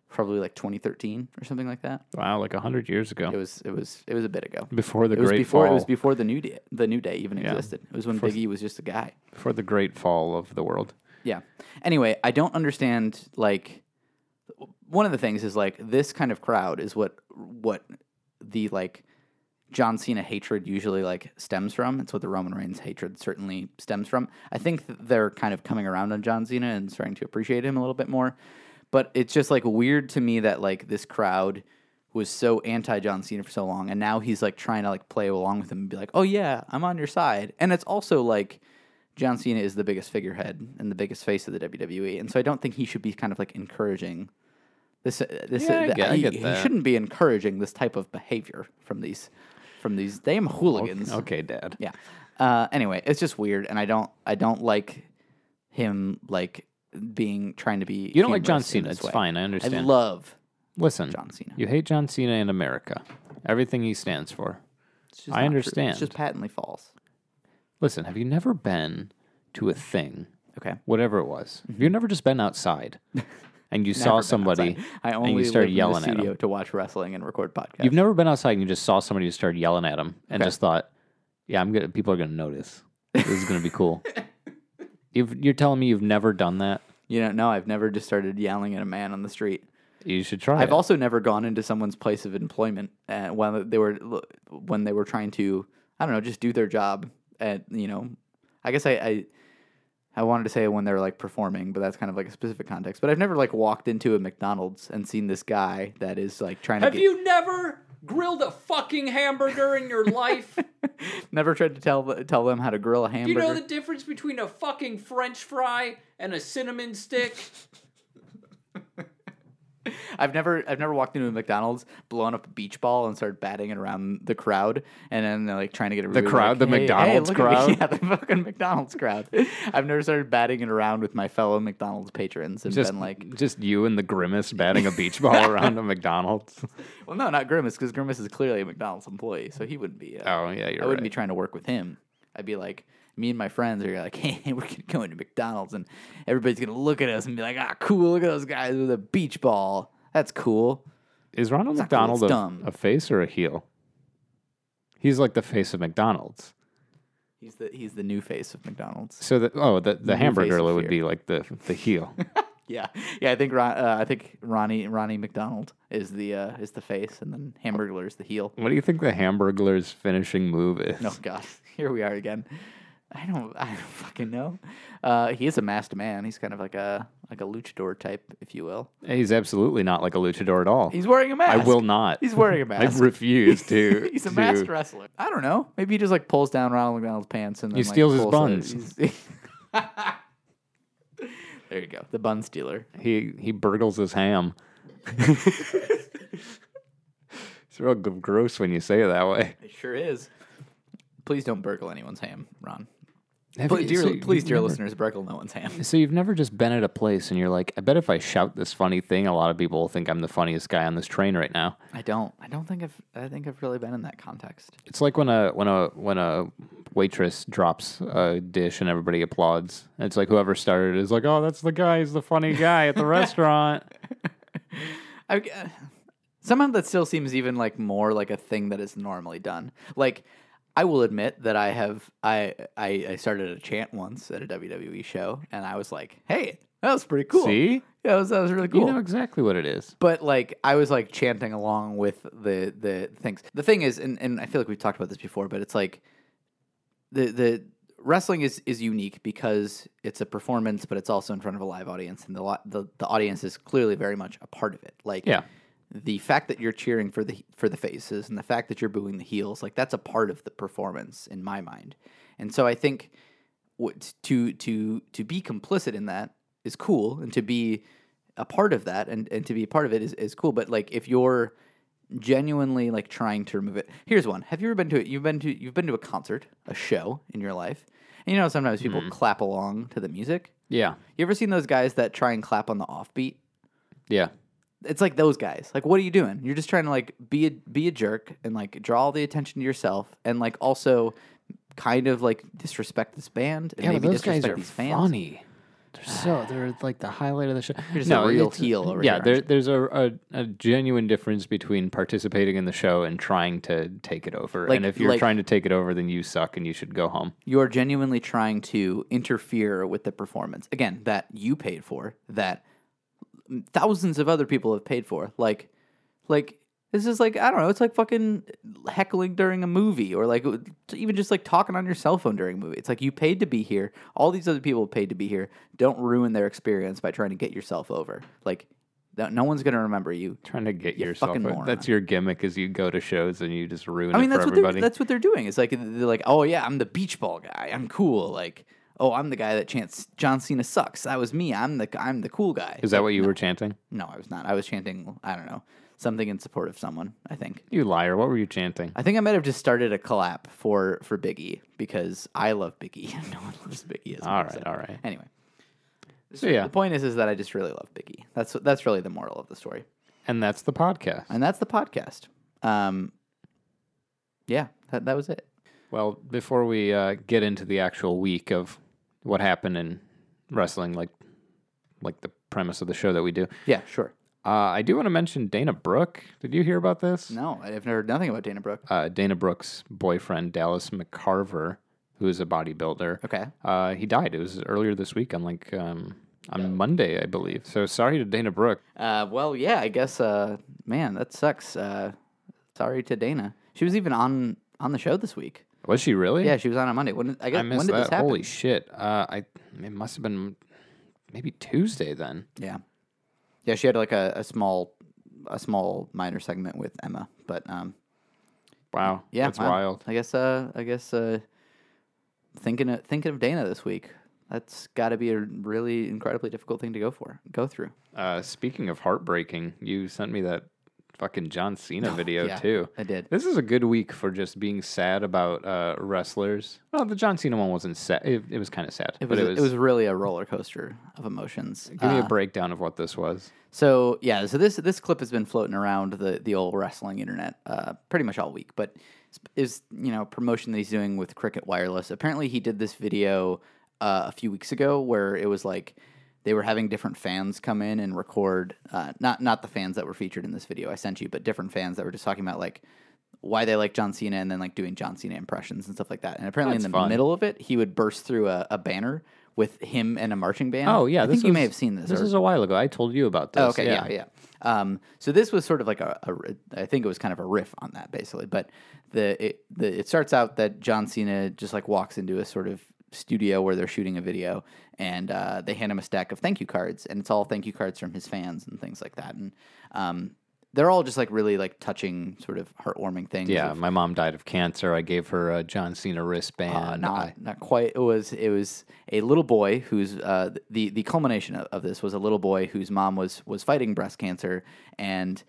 S2: probably like 2013 or something like that.
S1: wow, like hundred years ago.
S2: It was it was it was a bit ago.
S1: Oh. before the
S2: It was
S1: great
S2: before
S1: fall.
S2: it was before the new day the new day even existed. It was when Big E was just a guy.
S1: before the great fall of the world.
S2: Yeah. Anyway, I don't understand like one of the things is like this kind of crowd is what what the like John Cena hatred usually like stems from. It's what the Roman Reigns hatred certainly stems from. I think that they're kind of coming around on John Cena and starting to appreciate him a little bit more. But it's just like weird to me that like this crowd was so anti John Cena for so long and now he's like trying to like play along with him and be like, "Oh yeah, I'm on your side." And it's also like John Cena is the biggest figurehead and the biggest face of the WWE, and so I don't think he should be kind of like encouraging this. uh, This
S1: Yeah, I
S2: the-
S1: get- I
S2: he,
S1: get
S2: he
S1: that.
S2: shouldn't be encouraging this type of behavior from these from these damn hooligans.
S1: Okay, Dad.
S2: Yeah. Uh, anyway, it's just weird, and I don't I don't like him like being trying to be.
S1: You don't like John
S2: humorous in
S1: Cena.
S2: this
S1: It's
S2: way.
S1: fine. I
S2: I
S1: understand.
S2: love
S1: Listen,
S2: John Cena.
S1: you hate John Cena and America, everything he stands for.
S2: It's just
S1: I
S2: not true.
S1: understand.
S2: It's just patently false.
S1: Listen, have you never been to a thing,
S2: Okay.
S1: whatever it was? Have you never just been outside and you saw
S2: Mm-hmm. Never been
S1: somebody
S2: outside. I
S1: and
S2: only
S1: you started
S2: live
S1: yelling
S2: in the
S1: at
S2: studio
S1: them?
S2: to watch wrestling and record podcasts.
S1: You've never been outside and you just saw somebody who started yelling at them and just thought, "Yeah, I'm gonna. People are gonna notice. This is gonna be cool." You've, you're telling me you've never done that?
S2: You don't know. I've never just started yelling at a man on the street.
S1: You should try.
S2: I've
S1: it.
S2: also never gone into someone's place of employment uh, when they were when they were trying to I don't know just do their job at you know I guess I, I I wanted to say when they were like performing but that's kind of like a specific context but I've never like walked into a McDonald's and seen this guy that is like trying to
S3: Have
S2: get,
S3: you never grilled a fucking hamburger in your life?
S2: never tried to tell th- tell them how to grill a
S3: Do you
S2: hamburger
S3: know the difference between a fucking french fry and a cinnamon stick?
S2: I've never I've never walked into a McDonald's blown up a beach ball and started batting it around the crowd and then they're like trying to get a the
S1: crowd, the McDonald's crowd?
S2: yeah the fucking McDonald's crowd I've never started batting it around with my fellow McDonald's patrons and
S1: just
S2: been like
S1: just you and the grimace batting a beach ball around a McDonald's.
S2: well no not Grimace because Grimace is clearly a McDonald's employee so he wouldn't be uh,
S1: Oh yeah, you're
S2: I wouldn't
S1: right.
S2: be trying to work with him I'd be like me and my friends are like hey we're gonna go into McDonald's and everybody's gonna look at us and be like ah cool look at those guys with a beach ball that's cool
S1: Is Ronald
S2: not cool,
S1: McDonald
S2: it's
S1: a,
S2: dumb.
S1: a face or a heel? He's like the face of McDonald's.
S2: he's the he's the new face of McDonald's.
S1: So the oh the, the
S2: of
S1: hamburger
S2: fear.
S1: would be like the the heel.
S2: Yeah, yeah. I think Ron, uh, I think Ronnie Ronnie McDonald is the uh, is the face, and then Hamburglar is the heel.
S1: what do you think the hamburger's finishing move is?
S2: Oh God, here we are again. I don't I don't fucking know. Uh, he is a masked man. He's kind of like a like a luchador type, if you will.
S1: He's absolutely not like a luchador at all.
S2: He's wearing a mask.
S1: I will not.
S2: He's wearing a
S1: I
S2: mask.
S1: refuse to.
S2: He's a
S1: to-
S2: masked wrestler. I don't know. Maybe he just like pulls down Ronald McDonald's pants and then,
S1: He
S2: like,
S1: steals his
S2: pulls out-
S1: buns.
S2: he's- there you go. The bun stealer.
S1: He he burgles his ham. it's real g- gross when you say it that way.
S2: It sure is. Please don't burgle anyone's ham, Ron.
S1: Have
S2: Please,
S1: you-
S2: dear,
S1: so you've
S2: please, dear
S1: never-
S2: listeners, Breckle no one's ham.
S1: So you've never just been at a place and you're like, I bet if I shout this funny thing, a lot of people will think I'm the funniest guy on this train right now.
S2: I don't. I don't think I've. I think I've really been in that context.
S1: It's like when a when a when a waitress drops a dish and everybody applauds. And it's like whoever started is like, oh, that's the guy. He's the funny guy at the restaurant.
S2: I, uh, somehow that still seems even like more like a thing that is normally done. Like, I will admit that I have. I I, I started a chant once at a WWE show, and I was like, "Hey, that was pretty cool.
S1: See,
S2: Yeah, that was, that was really cool."
S1: you know exactly what it is.
S2: but like I was like chanting along with the the things. The thing is, and, and I feel like we've talked about this before, but it's like the the wrestling is is unique because it's a performance, but it's also in front of a live audience, and the lo- the the audience is clearly very much a part of it. Like
S1: Yeah.
S2: the fact that you're cheering for the for the faces and the fact that you're booing the heels, like that's a part of the performance in my mind, and so I think what to to to be complicit in that is cool and to be a part of that and and to be a part of it is, is cool but like if you're genuinely like trying to remove it here's one have you ever been to it you've been to you've been to a concert a show in your life and you know sometimes people
S1: Mm-hmm.
S2: clap along to the music
S1: Yeah,
S2: you ever seen those guys that try and clap on the offbeat
S1: yeah.
S2: it's like those guys. Like, what are you doing? You're just trying to like be a be a jerk and like draw all the attention to yourself, and like also kind of like disrespect this band and
S1: Yeah, but
S2: maybe
S1: those guys
S2: disrespect
S1: are
S2: these fans.
S1: funny. They're so they're like the highlight of the show.
S2: just a real
S1: it's-
S2: heel over
S1: yeah,
S2: here,
S1: there, there's a, a a genuine difference between participating in the show and trying to take it over.
S2: Like-
S1: and if you're
S2: like-
S1: trying to take it over, then you suck and you should go home.
S2: You are genuinely trying to interfere with the performance again that you paid for, that thousands of other people have paid for. Like, like this is like I don't know. It's like fucking heckling during a movie, or like even just like talking on your cell phone during a movie. It's like you paid to be here. All these other people paid to be here. Don't ruin their experience by trying to get yourself over. Like, no, no one's gonna remember you.
S1: Trying to get
S2: You
S1: yourself.
S2: fucking
S1: a-
S2: moron.
S1: That's your gimmick is you go to shows and you just ruin
S2: I
S1: it
S2: mean,
S1: for
S2: that's what
S1: everybody.
S2: they're that's what they're doing. It's like they're like, oh yeah, I'm the beach ball guy. I'm cool. Like, oh, I'm the guy that chants John Cena sucks. That was me. I'm the I'm the cool guy.
S1: is that what you were chanting?
S2: No, I was not. I was chanting. I don't know something in support of someone. I think.
S1: You liar! What were you chanting?
S2: I think I might have just started a collab for for Biggie because I love Biggie and no one loves Biggie. As
S1: All
S2: much as
S1: right,
S2: I-
S1: all right.
S2: Anyway,
S1: So yeah,
S2: the point is is that I just really love Biggie. That's that's really the moral of the story,
S1: and that's the podcast.
S2: and that's the podcast. Um, yeah, That that was it.
S1: Well, before we uh, get into the actual week of what happened in wrestling, like like the premise of the show that we do,
S2: Yeah, sure.
S1: uh, I do want to mention Dana Brooke. Did you hear about this?
S2: No, I've heard nothing about Dana Brooke.
S1: Uh, Dana Brooke's boyfriend, Dallas McCarver, who is a bodybuilder.
S2: Okay.
S1: Uh, he died. It was earlier this week on like um, on Monday, I believe. So sorry to Dana Brooke.
S2: Uh, well, yeah, I guess. Uh, man, that sucks. Uh, sorry to Dana. She was even on on the show this week.
S1: Was she really?
S2: Yeah, she was on on Monday. When I guess
S1: I missed
S2: when did
S1: that.
S2: this happen?
S1: Holy shit! Uh, I it must have been maybe Tuesday then.
S2: Yeah, yeah. She had like a, a small a small minor segment with Emma, but um,
S1: Wow.
S2: yeah,
S1: that's
S2: wow.
S1: wild.
S2: I guess. Uh, I guess. Uh, thinking of, thinking of Dana this week. That's got to be a really incredibly difficult thing to go for, go through.
S1: Uh, speaking of heartbreaking, you sent me that fucking John Cena video
S2: yeah,
S1: too.
S2: I did.
S1: This is a good week for just being sad about uh, wrestlers. Well, the John Cena one wasn't sad. It, it was kind of sad,
S2: It
S1: but
S2: was, it was really a roller coaster of emotions.
S1: Give me
S2: Uh,
S1: a breakdown of what this was.
S2: So yeah, so this this clip has been floating around the the old wrestling internet uh, pretty much all week, but is you know promotion that he's doing with Cricket Wireless. Apparently, he did this video uh, a few weeks ago where it was like they were having different fans come in and record uh, not not the fans that were featured in this video I sent you, but different fans that were just talking about like why they like John Cena and then like doing John Cena impressions and stuff like that. And apparently,
S1: That's
S2: in the
S1: fun.
S2: middle of it, he would burst through a, a banner. With him and a marching band.
S1: Oh yeah,
S2: I
S1: this
S2: think you may
S1: was-
S2: have seen this.
S1: This
S2: or-
S1: is a while ago. I told you about this.
S2: Oh, okay, yeah, yeah. Um, so this was sort of like a, a, ri- I think it was kind of a riff on that basically. But the it, the it starts out that John Cena just like walks into a sort of studio where they're shooting a video, and uh, they hand him a stack of thank you cards, and it's all thank you cards from his fans and things like that, and um, they're all just like really like touching, sort of heartwarming things.
S1: Yeah,
S2: of-
S1: my mom died of cancer. I gave her a John Cena wristband.
S2: uh, not
S1: I-
S2: not quite. It was it was a little boy who's uh, the the culmination of, of this was a little boy whose mom was was fighting breast cancer, and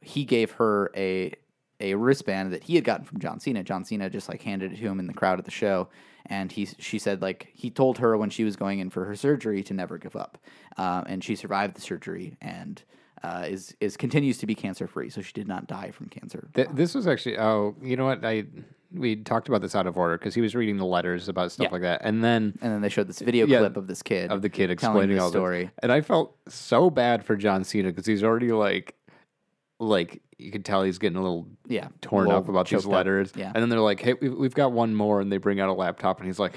S2: he gave her a a wristband that he had gotten from John Cena. John Cena just like handed it to him in the crowd at the show, and he she said like he told her when she was going in for her surgery to never give up, um, and she survived the surgery and. Uh, is is continues to be cancer free, so she did not die from cancer.
S1: Th- this was actually oh, you know what? I we talked about this out of order because he was reading the letters about stuff
S2: Yeah.
S1: like that, and then
S2: and then they showed this video
S1: Yeah,
S2: clip of this kid
S1: of the kid
S2: telling
S1: explaining
S2: this
S1: all
S2: story.
S1: this. And I felt so bad for John Cena because he's already like, like you could tell he's getting a little
S2: Yeah,
S1: torn
S2: a little
S1: up about these
S2: choked up.
S1: letters.
S2: Yeah.
S1: and then they're like, hey, we've, we've got one more, and they bring out a laptop, and he's like.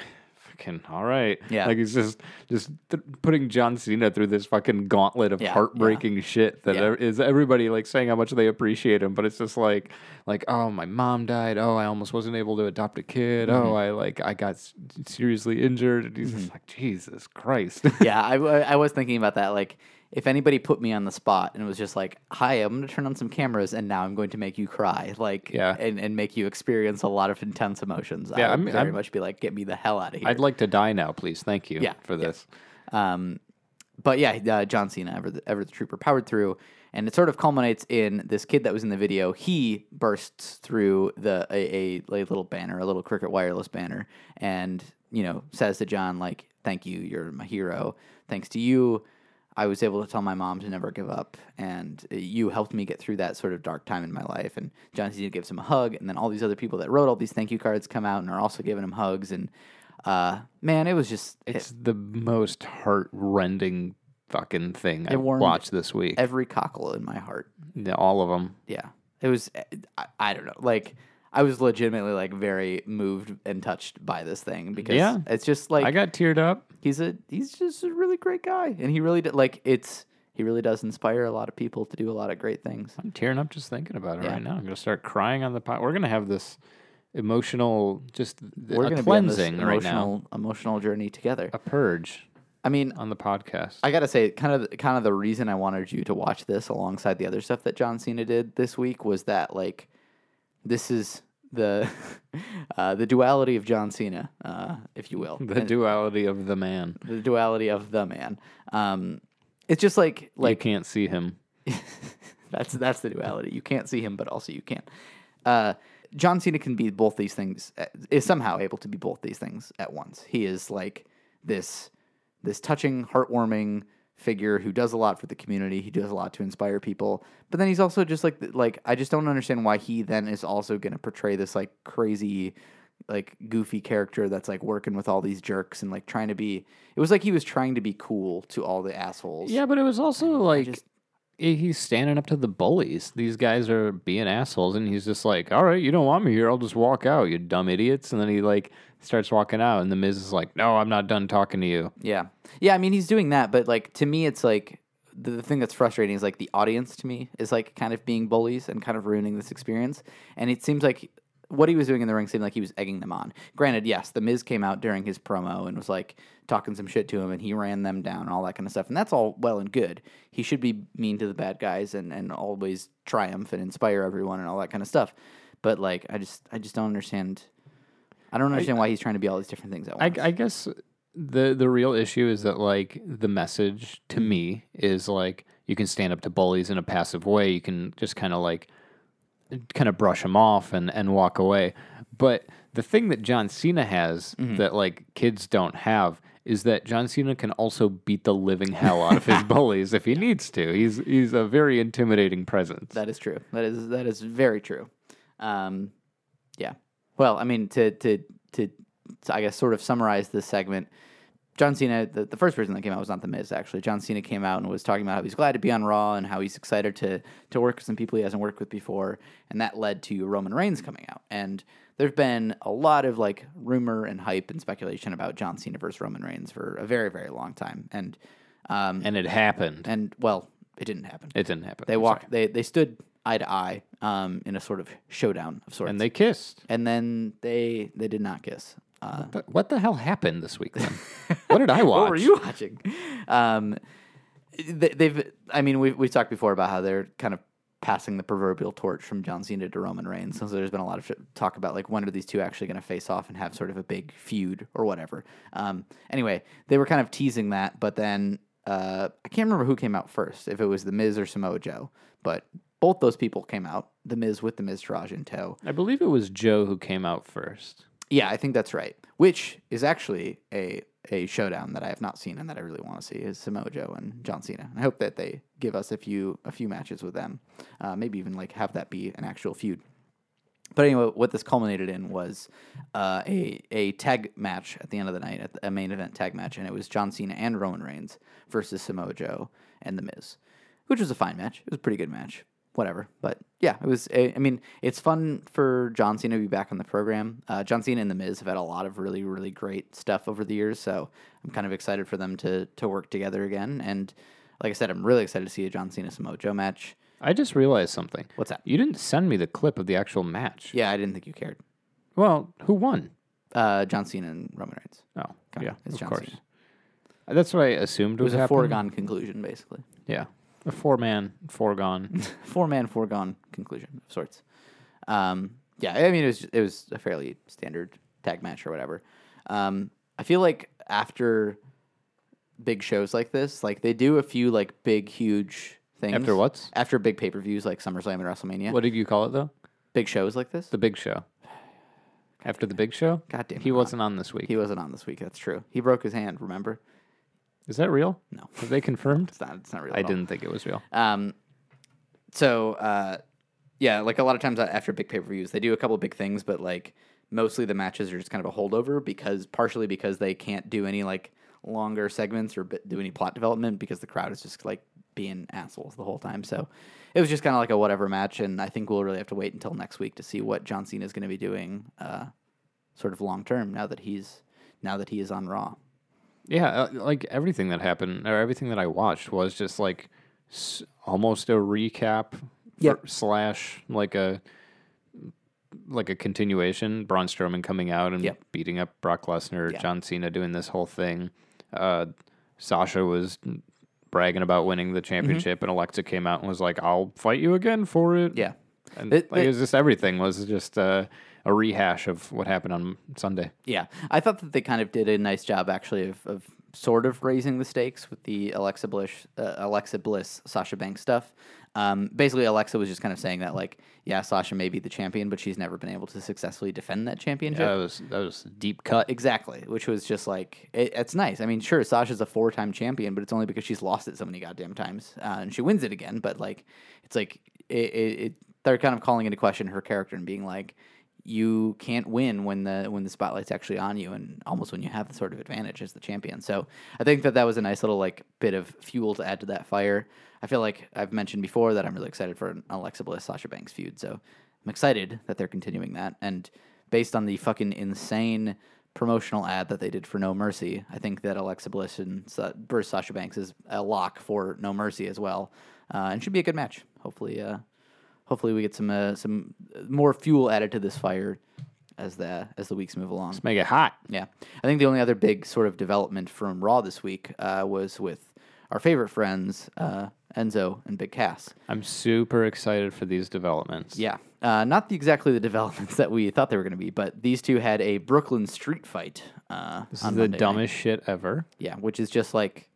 S1: Fucking all right,
S2: Yeah.
S1: Like he's just just th- putting John Cena through this fucking gauntlet of
S2: Yeah, yeah.
S1: heartbreaking shit that
S2: Yeah.
S1: ev- is everybody like saying how much they appreciate him, but it's just like like oh my mom died, oh I almost wasn't able to adopt a kid,
S2: Mm-hmm.
S1: oh I like I got s- seriously injured, and he's just like Jesus Christ.
S2: yeah, I, w- I was thinking about that. Like, if anybody put me on the spot and was just like, "Hi, I'm going to turn on some cameras, and now I'm going to make you cry," like,
S1: Yeah.
S2: and, and make you experience a lot of intense emotions,
S1: Yeah,
S2: I would
S1: I'm-
S2: very
S1: I'm-
S2: much be like, "Get me the hell out of here."
S1: I'd like to die now, please. Thank you
S2: Yeah,
S1: for
S2: yeah.
S1: this.
S2: Um, but yeah, uh, John Cena, ever the, ever the trooper, powered through, and it sort of culminates in this kid that was in the video. He bursts through the a, a, a little banner, a little cricket wireless banner, and you know says to John like, "Thank you, you're my hero. Thanks to you." I was able to tell my mom to never give up, and uh, you helped me get through that sort of dark time in my life. And John Cena gives him a hug, and then all these other people that wrote all these thank you cards come out and are also giving him hugs. And uh, man, it was just
S1: It's the most heart rending fucking thing I
S2: warmed
S1: watched this week.
S2: every cockle in my heart.
S1: Yeah, All of them.
S2: Yeah. It was, eh, I, I don't know. Like, I was legitimately like very moved and touched by this thing because
S1: Yeah.
S2: it's just like
S1: I got teared up.
S2: he's a he's just a really great guy and he really did like it's he really does inspire a lot of people to do a lot of great things.
S1: I'm tearing up just thinking about it
S2: Yeah.
S1: right now. I'm gonna start crying on the pot. We're gonna have this emotional, just th-
S2: We're
S1: a
S2: going to be on this
S1: cleansing
S2: emotional
S1: right now,
S2: emotional journey together.
S1: a purge
S2: I mean,
S1: on the podcast.
S2: I gotta say, kind of, kind of the reason I wanted you to watch this alongside the other stuff that John Cena did this week was that like, this is the uh, the duality of John Cena, uh, if you will,
S1: the duality of the man.
S2: the duality of the man. Um, it's just like
S1: Like,
S2: like
S1: you can't see him.
S2: that's that's the duality. You can't see him, but also you can. Uh, John Cena can be both these things. uh, Is somehow able to be both these things at once. He is like this this touching, heartwarming figure who does a lot for the community. He does a lot to inspire people. But then he's also just like th- like I just don't understand why he then is also going to portray this like crazy like goofy character that's like working with all these jerks and like trying to be it was like he was trying to be cool to all the assholes.
S1: Yeah, but it was also like he- he's standing up to the bullies. These guys are being assholes, and he's just like, "All right, you don't want me here. I'll just walk out, you dumb idiots." And then he like starts walking out, and the Miz is like, "No, I'm not done talking to you."
S2: Yeah. Yeah, I mean he's doing that, but like to me it's like the, the thing that's frustrating is like the audience to me is like kind of being bullies and kind of ruining this experience. And it seems like what he was doing in the ring seemed like he was egging them on. Granted, yes, the Miz came out during his promo and was like talking some shit to him and he ran them down and all that kind of stuff. And that's all well and good. He should be mean to the bad guys and, and always triumph and inspire everyone and all that kind of stuff. But like I just I just don't understand I don't understand why he's trying to be all these different things at once.
S1: I, I guess the the real issue is that like the message to me is like you can stand up to bullies in a passive way. You can just kind of like kind of brush them off and and walk away. But the thing that John Cena has
S2: Mm-hmm.
S1: that like kids don't have is that John Cena can also beat the living hell out of his bullies if he needs to. He's he's a very intimidating presence.
S2: That is true. That is that is very true. Um, yeah. Well, I mean, to, to to to I guess sort of summarize this segment. John Cena, the, the first person that came out was not The Miz, actually. John Cena came out and was talking about how he's glad to be on Raw and how he's excited to, to work with some people he hasn't worked with before. And that led to Roman Reigns coming out. And there's been a lot of like rumor and hype and speculation about John Cena versus Roman Reigns for a very, very long time. And, um,
S1: and it happened.
S2: and well, it didn't happen.
S1: it didn't happen.
S2: They
S1: I'm
S2: walked.
S1: sorry.
S2: They they stood eye to eye um, in a sort of showdown of sorts.
S1: and they kissed.
S2: and then they they did not kiss. Uh,
S1: But what the hell happened this week then? what did I watch?
S2: what were you watching? Um, they, they've. I mean, we've we've talked before about how they're kind of passing the proverbial torch from John Cena to Roman Reigns. So there's been a lot of sh- talk about like when are these two actually going to face off and have sort of a big feud or whatever. Um, anyway, they were kind of teasing that, but then uh, I can't remember who came out first, if it was The Miz or Samoa Joe, but both those people came out. The Miz with the Miztourage in tow.
S1: I believe it was Joe who came out first.
S2: Yeah, I think that's right. Which is actually a a showdown that I have not seen and that I really want to see is Samoa Joe and John Cena. And I hope that they give us a few a few matches with them, uh, maybe even like have that be an actual feud. But anyway, what this culminated in was uh, a a tag match at the end of the night, at the, a main event tag match, and it was John Cena and Roman Reigns versus Samoa Joe and The Miz, which was a fine match. It was a pretty good match, whatever. But yeah, it was. I I mean, it's fun for John Cena to be back on the program. Uh, John Cena and The Miz have had a lot of really really great stuff over the years, so I'm kind of excited for them to to work together again. And like I said, I'm really excited to see a John Cena Samoa Joe match.
S1: I just realized something.
S2: What's that?
S1: You didn't send me the clip of the actual match.
S2: Yeah, I didn't think you cared.
S1: Well, who won?
S2: Uh, John Cena and Roman Reigns.
S1: Oh,
S2: Come on,
S1: yeah,
S2: it's
S1: of
S2: John
S1: course.
S2: Cena.
S1: That's what I assumed
S2: It was
S1: would
S2: a
S1: happen.
S2: foregone conclusion, basically.
S1: Yeah, a four-man foregone.
S2: Four man, foregone conclusion of sorts. Um, yeah, I mean, it was it was a fairly standard tag match or whatever. Um, I feel like after big shows like this, like they do a few like big, huge things.
S1: After what's?
S2: After big pay per views like SummerSlam and WrestleMania.
S1: what did you call it though?
S2: Big shows like this.
S1: The Big Show. After the Big Show.
S2: God damn it,
S1: He
S2: Ron.
S1: wasn't on this week.
S2: He wasn't on this week. That's true. He broke his hand. Remember?
S1: Is that real?
S2: No.
S1: Have they confirmed?
S2: It's not. It's not real.
S1: I
S2: at all.
S1: didn't think it was real.
S2: Um, so uh, yeah, like a lot of times uh, after big pay per views, they do a couple of big things, but like mostly the matches are just kind of a holdover because partially because they can't do any like longer segments or b- do any plot development because the crowd is just like being assholes the whole time. So it was just kind of like a whatever match, and I think we'll really have to wait until next week to see what John Cena is going to be doing, uh, sort of long term now that he's now that he is on Raw.
S1: Yeah, uh, like everything that happened or everything that I watched was just like s- almost a recap
S2: Yep.
S1: or slash like a like a continuation. Braun Strowman coming out and
S2: Yep.
S1: beating up Brock Lesnar,
S2: Yeah.
S1: John Cena doing this whole thing. Uh, Sasha was bragging about winning the
S2: Mm-hmm.
S1: championship, and Alexa came out and was like, "I'll fight you again for it."
S2: Yeah,
S1: and
S2: It-
S1: like,
S2: it-
S1: it was just everything was just uh, a rehash of what happened on Sunday.
S2: Yeah, I thought that they kind of did a nice job actually of, of sort of raising the stakes with the Alexa Bliss, uh, Alexa Bliss, Sasha Banks stuff. Um, basically, Alexa was just kind of saying that, like, yeah, Sasha may be the champion, but she's never been able to successfully defend that championship.
S1: That was that was a deep cut.
S2: Exactly, which was just like it, it's nice. I mean, sure, Sasha's a four-time champion, but it's only because she's lost it so many goddamn times, uh, and she wins it again. But like, it's like it, it, it, they're kind of calling into question her character and being like, you can't win when the when the spotlight's actually on you, and almost when you have the sort of advantage as the champion. So I think that that was a nice little like bit of fuel to add to that fire. I feel like I've mentioned before that I'm really excited for an Alexa Bliss Sasha Banks feud. So I'm excited that they're continuing that and based on the fucking insane promotional ad that they did for No Mercy. I think that Alexa Bliss and Sa- versus Sasha Banks is a lock for No Mercy as well, uh, and should be a good match. Hopefully, uh, hopefully we get some uh, some more fuel added to this fire as the as the weeks move along.
S1: Make it hot.
S2: Yeah, I think the only other big sort of development from Raw this week uh, was with our favorite friends uh, Enzo and Big Cass.
S1: I'm super excited for these developments.
S2: Yeah. Uh, not the, exactly the developments that we thought they were going to be, but these two had a Brooklyn street fight. Uh,
S1: This
S2: on
S1: is the
S2: Monday night.
S1: dumbest shit ever.
S2: Yeah, which is just like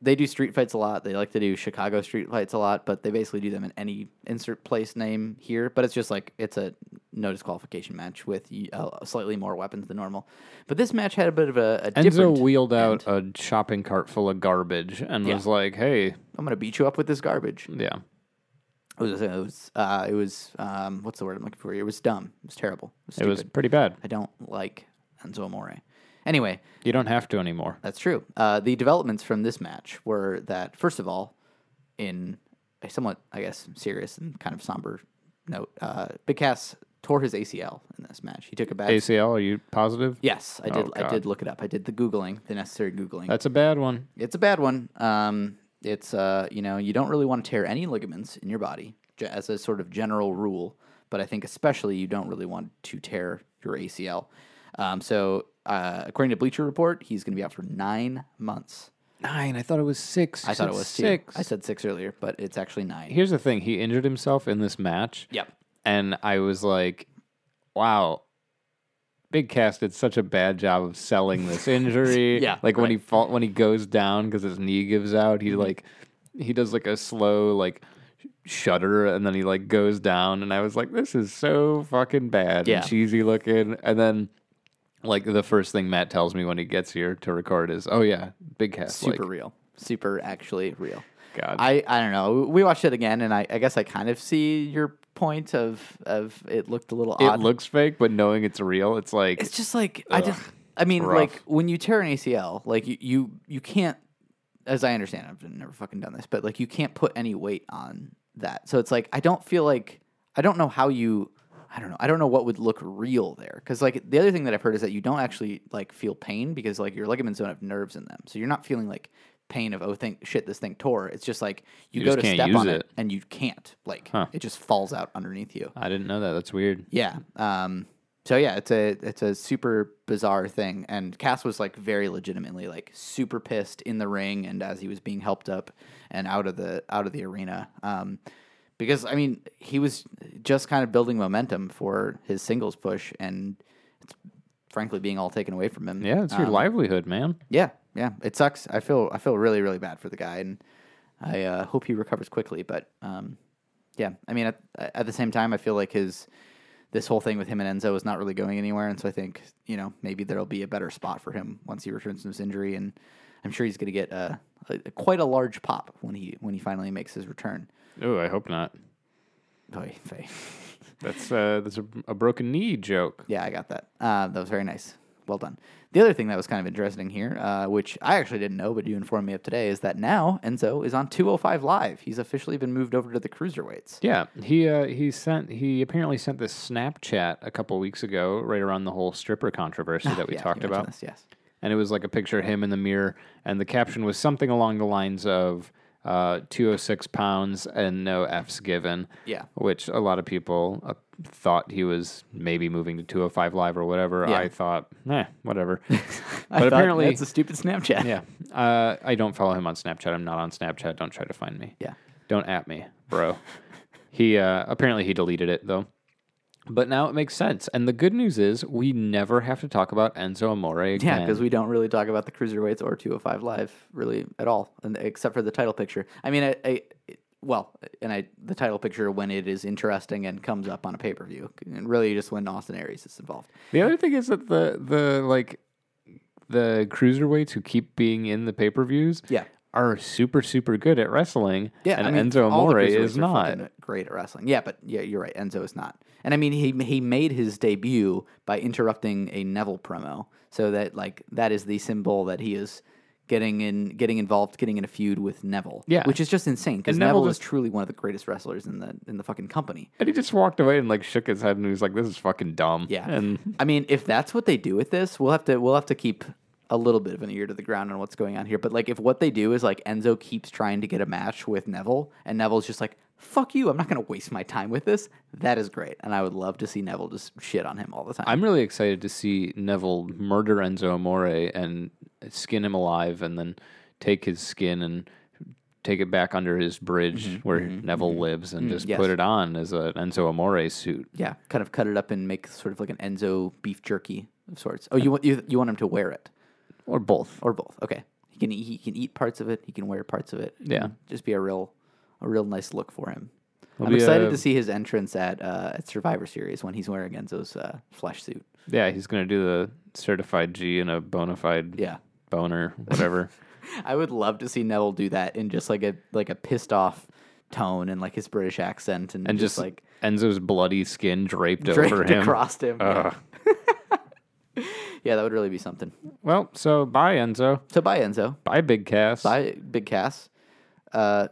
S2: they do street fights a lot. They like to do Chicago street fights a lot, but they basically do them in any insert place name here. But it's just like it's a no disqualification match with uh, slightly more weapons than normal. But this match had a bit of a, a different.
S1: Enzo wheeled out a shopping cart full of garbage and
S2: Yeah.
S1: was like, "Hey,
S2: I'm going to beat you up with this garbage.
S1: yeah,
S2: It was. It was. Uh, it was um, what's the word I'm looking for? here? It was dumb. It was terrible. It was,
S1: it was
S2: stupid.
S1: pretty bad.
S2: I don't like Enzo Amore. Anyway,
S1: You don't have to anymore."
S2: That's true. Uh, the developments from this match were that, first of all, in a somewhat, I guess, serious and kind of somber note, uh, Big Cass tore his ACL in this match. He took a bad.
S1: ACL, are you positive?
S2: yes, I did.
S1: Oh,
S2: I
S1: God.
S2: did look it up. I did the googling, the necessary googling.
S1: That's a bad one.
S2: it's a bad one. Um, it's uh, you know, you don't really want to tear any ligaments in your body ge- as a sort of general rule, but I think especially you don't really want to tear your ACL. Um, so uh, according to Bleacher Report, he's going to be out for nine months.
S1: Nine. I thought it was six. You
S2: I thought
S1: said
S2: it was
S1: six.
S2: Two. I said six earlier, but it's actually nine.
S1: Here's the thing: he injured himself in this match.
S2: Yep.
S1: and I was like, "Wow." Big Cass did such a bad job of selling this injury.
S2: Yeah,
S1: like when
S2: right. Mm-hmm.
S1: he fall, when he goes down because his knee gives out, he like he does like a slow like shudder and then he like goes down, and I was like, "This is so fucking bad
S2: Yeah.
S1: and cheesy looking." And then like the first thing Matt tells me when he gets here to record is, "Oh yeah, Big Cass."
S2: Super
S1: like,
S2: real. Super actually real.
S1: God.
S2: I, I don't know. We watched it again, and I, I guess I kind of see your point of of it looked a little
S1: it
S2: odd.
S1: looks fake, but knowing it's real, it's like
S2: it's just like I just I mean
S1: Rough.
S2: like when you tear an ACL, like you you, you can't as I understand, I've never fucking done this, but like you can't put any weight on that. So it's like I don't feel like I don't know how you I don't know. I don't know what would look real there cuz like the other thing that I've heard is that you don't actually like feel pain because like your ligaments don't have nerves in them. So you're not feeling like pain of oh think shit this thing tore. It's just like you,
S1: You
S2: go
S1: just
S2: to
S1: can't
S2: step
S1: use
S2: on it.
S1: it.
S2: and you can't. Like
S1: Huh.
S2: it just falls out underneath you.
S1: I didn't know that. That's weird.
S2: Yeah. Um, so yeah, it's a it's a super bizarre thing, and Cass was like very legitimately like super pissed in the ring, and as he was being helped up and out of the out of the arena, um, because I mean he was just kind of building momentum for his singles push, and it's frankly being all taken away from him.
S1: Yeah, it's your
S2: Um,
S1: livelihood, man.
S2: yeah, yeah, it sucks. I feel I feel really really bad for the guy, and I uh, hope he recovers quickly. But um, yeah, I mean, at, at the same time, I feel like his this whole thing with him and Enzo is not really going anywhere, and so I think you know maybe there'll be a better spot for him once he returns from his injury, and I'm sure he's going to get uh, a, a quite a large pop when he when he finally makes his return.
S1: Oh, I hope not.
S2: Oy vey.
S1: That's uh, that's a, a broken knee joke.
S2: Yeah, I got that. Uh, that was very nice. Well done. The other thing that was kind of interesting here, uh, which I actually didn't know, but you informed me of today, is that now Enzo is on 205 Live. He's officially been moved over to the cruiserweights.
S1: Yeah, he uh, he sent he apparently sent this Snapchat a couple weeks ago, right around the whole stripper controversy that we
S2: Yeah, you
S1: talked
S2: mentioned
S1: about,
S2: this, yes.
S1: and it was like a picture of him in the mirror, and the caption was something along the lines of uh, "206 pounds and no f's given."
S2: Yeah.
S1: which a lot of people uh, thought he was maybe moving to 205 live or whatever.
S2: Yeah.
S1: I thought, eh, whatever.
S2: I
S1: but
S2: thought,
S1: apparently,
S2: that's a stupid Snapchat.
S1: Yeah. Uh, I don't follow him on Snapchat. I'm not on Snapchat. Don't try to find me.
S2: Yeah.
S1: Don't at me, bro. he uh, apparently he deleted it though. But now it makes sense. And the good news is we never have to talk about Enzo Amore again.
S2: Yeah, because we don't really talk about oh the cruiserweights or 205 Live really at all, and, except for the title picture. I mean, I, I, well, and I the title picture when it is interesting and comes up on a pay per view, and really just when Austin Aries is involved.
S1: The other thing is that the the like the cruiserweights who keep being in the pay per views
S2: Yeah.
S1: are super super good at wrestling.
S2: Yeah,
S1: and
S2: I mean,
S1: Enzo
S2: all the
S1: Amore
S2: cruiserweights
S1: is
S2: are
S1: not.
S2: fucking great at wrestling. Yeah, but yeah, you're right. Enzo is not, and I mean he he made his debut by interrupting a Neville promo, so that like that is the symbol that he is getting in, getting involved, getting in a feud with Neville.
S1: Yeah.
S2: which is just insane because
S1: And Neville
S2: Neville, is
S1: just-
S2: truly one of the greatest wrestlers in the in the fucking company.
S1: And he just walked away and like shook his head and he was like, "This is fucking dumb."
S2: Yeah,
S1: and
S2: I mean, if that's what they do with this, we'll have to we'll have to keep a little bit of an ear to the ground on what's going on here. But like, if what they do is like Enzo keeps trying to get a match with Neville, and Neville's just like, "Fuck you, I'm not going to waste my time with this." That is great, and I would love to see Neville just shit on him all the time.
S1: I'm really excited to see Neville murder Enzo Amore and skin him alive, and then take his skin and take it back under his bridge
S2: Mm-hmm,
S1: where Neville lives, and just
S2: Mm, yes.
S1: put it on as an Enzo Amore suit.
S2: yeah, kind of cut it up and make sort of like an Enzo beef jerky of sorts. Oh, you want you, you want him to wear it
S1: Or both.
S2: or both? Okay, he can he can eat parts of it, he can wear parts of it.
S1: Yeah.
S2: just be a real a real nice look for him. I'm
S1: be
S2: excited
S1: a-
S2: to see his entrance at uh, at Survivor Series when he's wearing Enzo's uh, flesh suit.
S1: Yeah, he's gonna do the certified G and a bona fide
S2: Yeah,
S1: boner, whatever.
S2: I would love to see Neville do that in just like a like a pissed off tone and like his British accent and,
S1: and
S2: just,
S1: just,
S2: like
S1: Enzo's bloody skin draped, over
S2: draped
S1: him.
S2: across him. Yeah.
S1: Ugh.
S2: yeah, that would really be something.
S1: Well, so bye Enzo,
S2: So bye Enzo,
S1: bye Big Cass.
S2: bye Big Cass. Uh,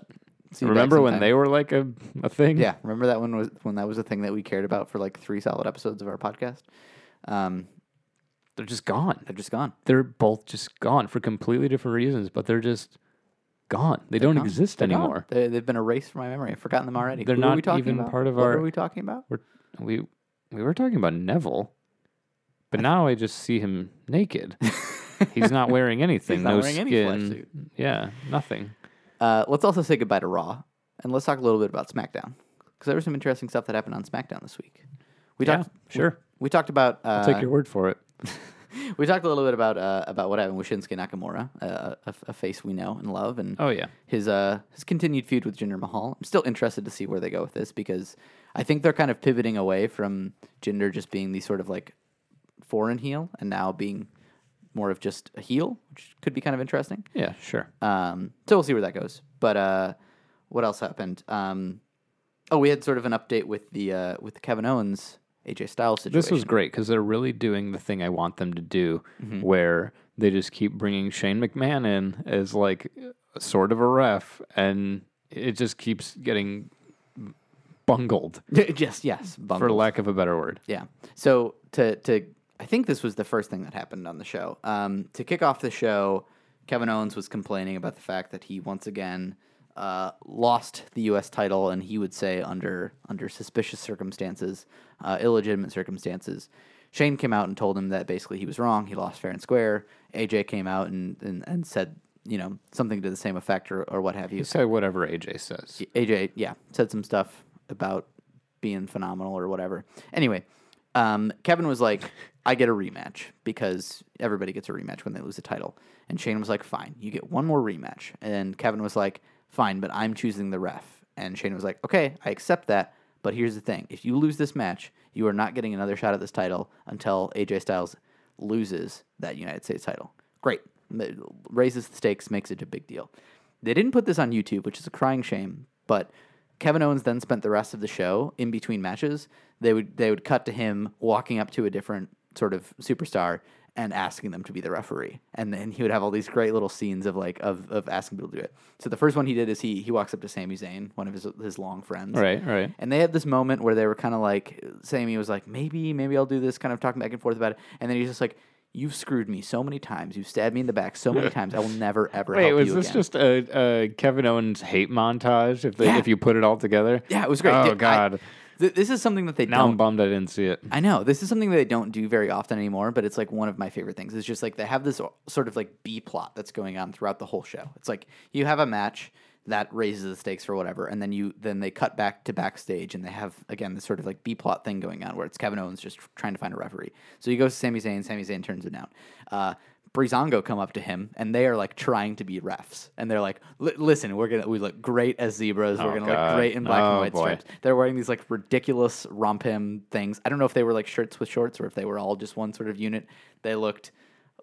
S2: see you back
S1: Remember when
S2: sometime.
S1: they were like a, a thing?
S2: Yeah, remember that one was when that was a thing that we cared about for like three solid episodes of our podcast. Um,
S1: they're just gone.
S2: they're just gone.
S1: They're both just gone for completely different reasons, but they're just gone. They don't exist
S2: They're gone.
S1: anymore.
S2: They, they've been erased from my memory. I've forgotten them already.
S1: They're
S2: Who were we
S1: not
S2: talking
S1: even
S2: about?
S1: part of
S2: what
S1: our-
S2: What are we talking about?
S1: We're, we we were talking about Neville, but now I just see him naked. He's not wearing anything.
S2: not
S1: no
S2: wearing any
S1: skin.
S2: flesh suit.
S1: Yeah, nothing.
S2: Uh, let's also say goodbye to Raw, and let's talk a little bit about SmackDown because there was some interesting stuff that happened on SmackDown this week. We
S1: Yeah,
S2: talked.
S1: sure.
S2: We, we talked about. Uh,
S1: Take your word for it.
S2: we talked a little bit about uh, about what happened with Shinsuke Nakamura, uh, a, a face we know and love, and
S1: Oh, yeah.
S2: his uh his continued feud with Jinder Mahal. I'm still interested to see where they go with this because I think they're kind of pivoting away from Jinder just being the sort of like foreign heel and now being more of just a heel, which could be kind of interesting.
S1: Yeah, sure.
S2: Um, so we'll see where that goes. But uh, what else happened? Um, oh, we had sort of an update with the uh, with the Kevin Owens AJ Styles situation. Mm-hmm.
S1: This was great because they're really doing the thing I want them to do, where they just keep bringing Shane McMahon in as like sort of a ref, and it just keeps getting bungled,
S2: yes, yes,
S1: for
S2: bungled.
S1: lack of a better word.
S2: Yeah. So to to I think this was the first thing that happened on the show. Um, to kick off the show, Kevin Owens was complaining about the fact that he once again uh, lost the U.S. title, and he would say under under suspicious circumstances, uh, illegitimate circumstances. Shane came out and told him that basically he was wrong. He lost fair and square. AJ came out and and, and said you know something to the same effect or, or what have you.
S1: You say whatever AJ says.
S2: AJ, yeah, said some stuff about being phenomenal or whatever. Anyway, um, Kevin was like, I get a rematch because everybody gets a rematch when they lose a title. And Shane was like, fine, you get one more rematch. And Kevin was like, fine, but I'm choosing the ref. And Shane was like, okay, I accept that. But here's the thing if you lose this match, you are not getting another shot at this title until AJ Styles loses that United States title. Great. M- Raises the stakes, makes it a big deal. They didn't put this on YouTube, which is a crying shame, but Kevin Owens then spent the rest of the show in between matches. They would they would cut to him walking up to a different sort of superstar and asking them to be the referee. And then he would have all these great little scenes of like of, of asking people to do it. So the first one he did is he he walks up to Sami Zayn, one of his his long friends.
S1: Right, right.
S2: And they had this moment where they were kind of like, Sammy was like, maybe, maybe I'll do this, kind of talking back and forth about it. And then he's just like, you've screwed me so many times. You've stabbed me in the back so many times. I will never, ever
S1: Wait,
S2: help
S1: was
S2: you
S1: this
S2: again.
S1: just a, a Kevin Owens hate montage? If they,
S2: Yeah.
S1: if you put it all together,
S2: yeah, it was great.
S1: Oh
S2: Dude, I-
S1: God,
S2: th- this is something that they
S1: now I'm
S2: don't.
S1: bummed I didn't see it.
S2: I know this is something that they don't do very often anymore, but it's like one of my favorite things. It's just like they have this o- sort of like B plot that's going on throughout the whole show. It's like you have a match that raises the stakes for whatever, and then you then they cut back to backstage and they have again this sort of like B plot thing going on where it's Kevin Owens just trying to find a referee. So he goes to Sami Zayn, Sami Zayn turns it down. Uh, Brizongo come up to him and they are like trying to be refs and they're like, "Li- "Listen, we're gonna we look great as zebras.
S1: Oh,
S2: we're gonna
S4: God.
S2: look great in black and
S4: Oh,
S2: white
S4: boy.
S2: stripes." They're wearing these like ridiculous romp him things. I don't know if they were like shirts with shorts or if they were all just one sort of unit. They looked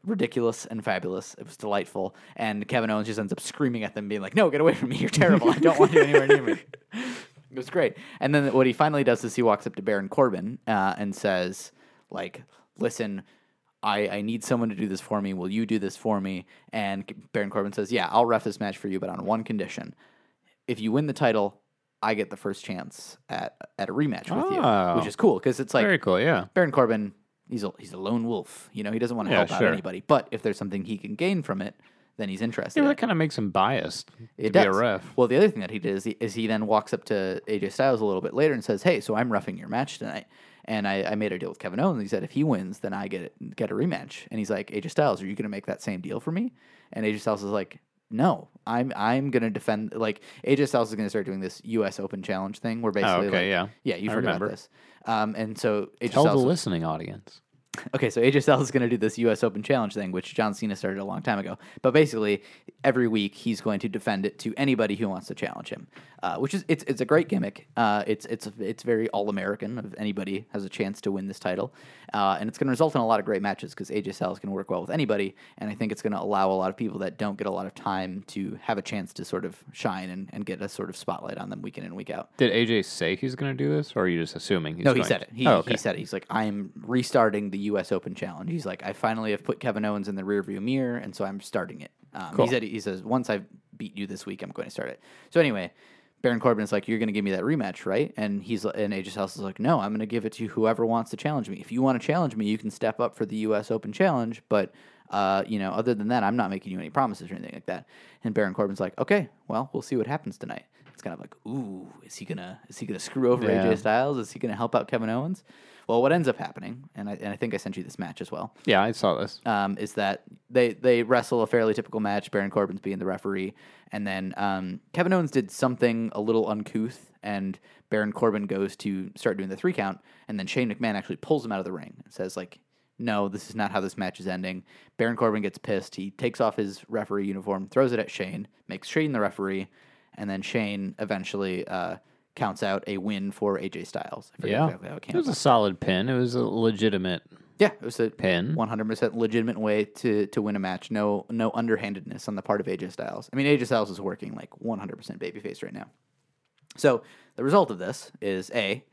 S2: ridiculous and fabulous. It was delightful. And Kevin Owens just ends up screaming at them, being like, "No, get away from me! You're terrible. I don't want you anywhere near me." It was great. And then what he finally does is he walks up to Baron Corbin uh, and says, like, listen, I, I need someone to do this for me. Will you do this for me? And C- Baron Corbin says, yeah, I'll ref this match for you, but on one condition. If you win the title, I get the first chance at, at a rematch with you,
S4: Oh.
S2: which is cool because it's like
S4: Very cool. Yeah.
S2: Baron Corbin, he's a, he's a lone wolf. You know, he doesn't want to
S4: Yeah,
S2: help
S4: sure.
S2: out anybody. But if there's something he can gain from it, then he's interested.
S4: Yeah,
S2: in
S4: but
S2: it.
S4: that kind of makes him biased
S2: It
S4: to
S2: does.
S4: be a ref.
S2: Well, the other thing that he did is he, is he then walks up to AJ Styles a little bit later and says, "Hey, so I'm roughing your match tonight, and I, I made a deal with Kevin Owens. He said if he wins, then I get get a rematch." And he's like, "AJ Styles, are you going to make that same deal for me?" And AJ Styles is like, "No, I'm I'm going to defend." Like AJ Styles is going to start doing this U.S. Open Challenge thing, where basically,
S4: Oh, okay,
S2: like- yeah, you've heard
S4: remember.
S2: about this. Um, and so AJ
S4: Tell the
S2: Styles
S4: listening audience.
S2: Okay, so AJ Styles is going to do this U.S. Open Challenge thing, which John Cena started a long time ago. But basically, every week he's going to defend it to anybody who wants to challenge him, uh, which is it's it's a great gimmick. Uh, it's it's it's very all American. If anybody has a chance to win this title, uh, and it's going to result in a lot of great matches because AJ Styles can work well with anybody, and I think it's going to allow a lot of people that don't get a lot of time to have a chance to sort of shine and, and get a sort of spotlight on them week in and week out.
S4: Did AJ say he's going to do this, or are you just assuming? He's
S2: No, he
S4: going
S2: said it.
S4: to?
S2: He,
S4: oh, okay.
S2: he said it. He's like, I'm restarting the U.S. Open Challenge. He's like, I finally have put Kevin Owens in the rearview mirror, and so I'm starting it. Um, He said, he says, once I beat you this week, I'm going to start it. So anyway, Baron Corbin is like, you're going to give me that rematch, right? And he's and AJ Styles is like, no, I'm going to give it to whoever wants to challenge me. If you want to challenge me, you can step up for the U.S. Open Challenge, but uh, you know, other than that, I'm not making you any promises or anything like that. And Baron Corbin's like, okay, well, we'll see what happens tonight. It's kind of like, ooh, is he gonna is he gonna screw over
S4: Yeah.
S2: AJ Styles? Is he gonna help out Kevin Owens? Well, what ends up happening, and I, and I think I sent you this match as well,
S4: Yeah, I saw this.
S2: um, is that they they wrestle a fairly typical match. Baron Corbin's being the referee, and then um, Kevin Owens did something a little uncouth, and Baron Corbin goes to start doing the three count, and then Shane McMahon actually pulls him out of the ring and says like. No, this is not how this match is ending. Baron Corbin gets pissed. He takes off his referee uniform, throws it at Shane, makes Shane the referee, and then Shane eventually uh, counts out a win for AJ Styles. I forget
S4: Yeah,
S2: exactly how it
S4: it
S2: came
S4: was a
S2: about.
S4: solid pin. It was a legitimate
S2: Yeah, it was a
S4: pin.
S2: one hundred percent legitimate way to to win a match. No no underhandedness on the part of AJ Styles. I mean AJ Styles is working like one hundred percent babyface right now. So the result of this is a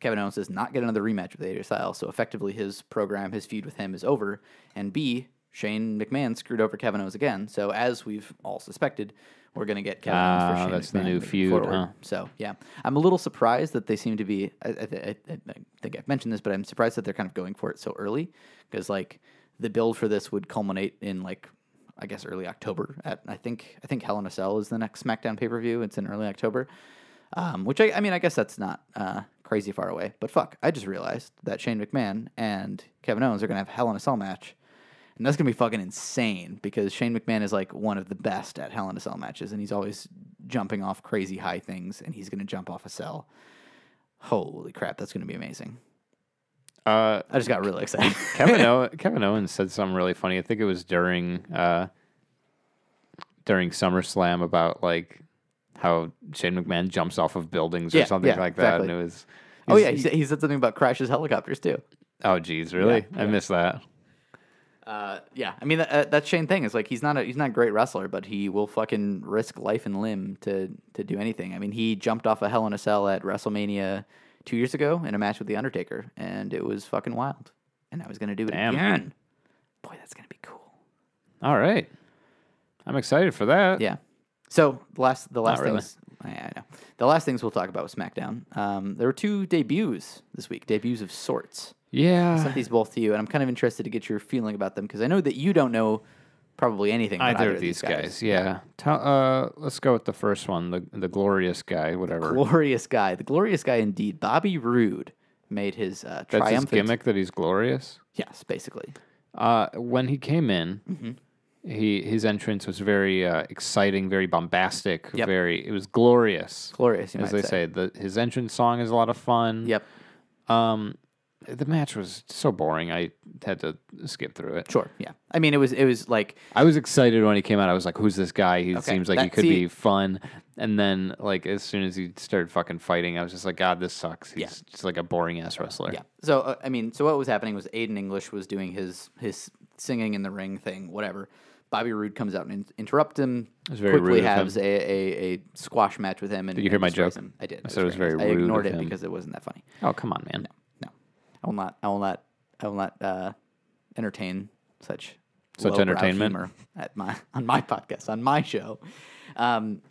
S2: Kevin Owens does not get another rematch with AJ Styles, so effectively his program, his feud with him is over. And B, Shane McMahon screwed over Kevin Owens again. So as we've all suspected, we're going to get Kevin Owens
S4: Ah,
S2: for Shane
S4: that's the
S2: McMahon
S4: new
S2: moving
S4: feud,
S2: forward.
S4: huh?
S2: So yeah, I'm a little surprised that they seem to be. I, I, I, I think I've mentioned this, but I'm surprised that they're kind of going for it so early because like the build for this would culminate in like I guess early October. At I think I think Hell in a Cell is the next SmackDown pay per view. It's in early October, um, which I, I mean I guess that's not uh, crazy far away. But fuck, I just realized that Shane McMahon and Kevin Owens are gonna have a Hell in a Cell match. And that's gonna be fucking insane because Shane McMahon is like one of the best at Hell in a Cell matches, and he's always jumping off crazy high things, and he's gonna jump off a cell. Holy crap, that's gonna be amazing!
S4: Uh,
S2: I just got really excited.
S4: Kevin, Ow- Kevin Owens said something really funny. I think it was during uh, during SummerSlam about like how Shane McMahon jumps off of buildings
S2: Yeah,
S4: or something
S2: yeah,
S4: like
S2: exactly.
S4: that, and it was.
S2: oh yeah, he, said- he said something about crashes helicopters too.
S4: Oh, geez, really? I missed that.
S2: Uh, yeah, I mean that, uh, that's Shane thing. Is like he's not a, he's not a great wrestler, but he will fucking risk life and limb to to do anything. I mean, he jumped off a Hell in a Cell at WrestleMania two years ago in a match with the Undertaker, and it was fucking wild. And I was gonna do it
S4: Damn.
S2: again. Boy, that's gonna be cool.
S4: All right, I'm excited for that.
S2: Yeah. So the last the last
S4: really.
S2: things I, I know the last things we'll talk about was SmackDown. Um, there were two debuts this week, debuts of sorts. I
S4: yeah.
S2: sent these both to you, and I'm kind of interested to get your feeling about them because I know that you don't know probably anything about
S4: Either of these guys. Yeah. Tell, uh, let's go with the first one, the the glorious guy, whatever.
S2: glorious guy, the glorious guy indeed. Bobby Roode made his uh,
S4: That's
S2: triumphant.
S4: his gimmick that he's glorious.
S2: Yes, basically.
S4: Uh, when he came in, he his entrance was very uh, exciting, very bombastic,
S2: Yep.
S4: very it was glorious.
S2: Glorious, you
S4: as
S2: might
S1: Hmm.
S4: they say. The, his entrance song is a lot of fun.
S2: Yep.
S1: the match was so boring. I had to skip through it.
S2: Sure. Yeah. I mean, it was it was like
S1: I was excited when he came out. I was like, "Who's this guy? He seems like he
S2: that-
S1: could
S2: see-
S1: be fun." And then, like, as soon as he started fucking fighting, I was just like, "God, this sucks." He's just like a boring ass wrestler.
S2: yeah. So uh, I mean, so what was happening was Aiden English was doing his his singing in the ring thing, whatever. Bobby Roode comes out and in- interrupts him.
S1: was very
S2: quickly
S1: rude of
S2: has A, a a squash match with him. And
S1: Did you hear
S2: and
S1: my
S2: destroys
S1: joke?
S2: Him. I did.
S1: I said it was very
S2: nice. I
S1: rude
S2: ignored
S1: of
S2: it
S1: him.
S2: because it wasn't that funny.
S1: Oh come on, man.
S2: No, I will not. I will not. I will not uh, entertain such
S1: Such
S2: lowbrow
S1: entertainment?
S2: humor at my on my podcast on my show. Um,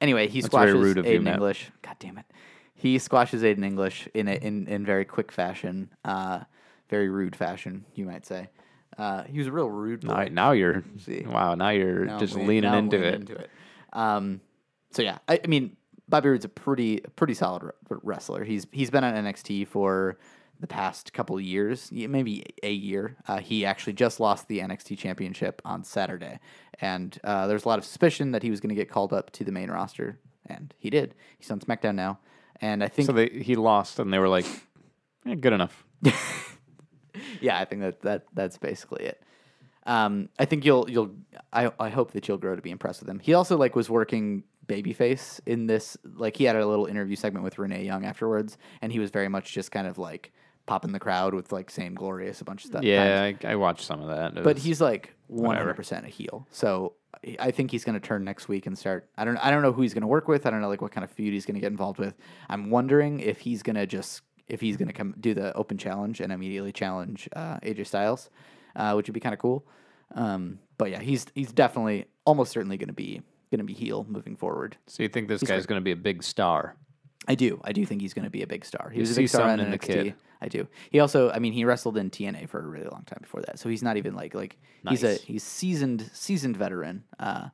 S2: anyway, he
S1: very
S2: squashes
S1: rude of you,
S2: Aiden
S1: Matt.
S2: English. God damn it! He squashes Aiden English in a, in in very quick fashion, uh, very rude fashion, you might say. Uh, he was a real rude. boy.
S1: All right, now you're
S2: See.
S1: wow. Now you're
S2: Now I'm
S1: just
S2: lean-
S1: leaning
S2: now I'm
S1: into
S2: leaning
S1: it.
S2: Into it. Um, so yeah, I, I mean, Bobby Roode's a pretty a pretty solid wr- wr- wrestler. He's he's been on NXT for the past couple of years, y- maybe a year. Uh, he actually just lost the NXT Championship on Saturday, and uh, there's a lot of suspicion that he was going to get called up to the main roster, and he did. He's on SmackDown now, and I think
S1: So they he lost, and they were like, eh, "Good enough."
S2: yeah, I think that, that that's basically it. Um, I think you'll you'll I, I hope that you'll grow to be impressed with him. He also like was working babyface in this like he had a little interview segment with Renee Young afterwards, and he was very much just kind of like popping the crowd with like same glorious a bunch of stuff.
S1: Yeah, I, I watched some of that. It
S2: but
S1: was-
S2: he's like one hundred percent a heel, so I- I think he's going to turn next week and start. I don't I don't know who he's going to work with. I don't know like what kind of feud he's going to get involved with. I'm wondering if he's going to just if he's going to come do the open challenge and immediately challenge uh, AJ Styles, uh, which would be kind of cool. Um, but yeah, he's he's definitely almost certainly going to be going to be heel moving forward.
S1: so you think this guy's going to be a big star?
S2: I do. I do think he's going to be a big star. He was a
S1: see
S2: big star on
S1: something in the
S2: NXT.
S1: kid.
S2: I do. He also, I mean, he wrestled in TNA for a really long time before that, so he's not even like like he's a
S1: Nice.
S2: he's seasoned seasoned veteran. Uh,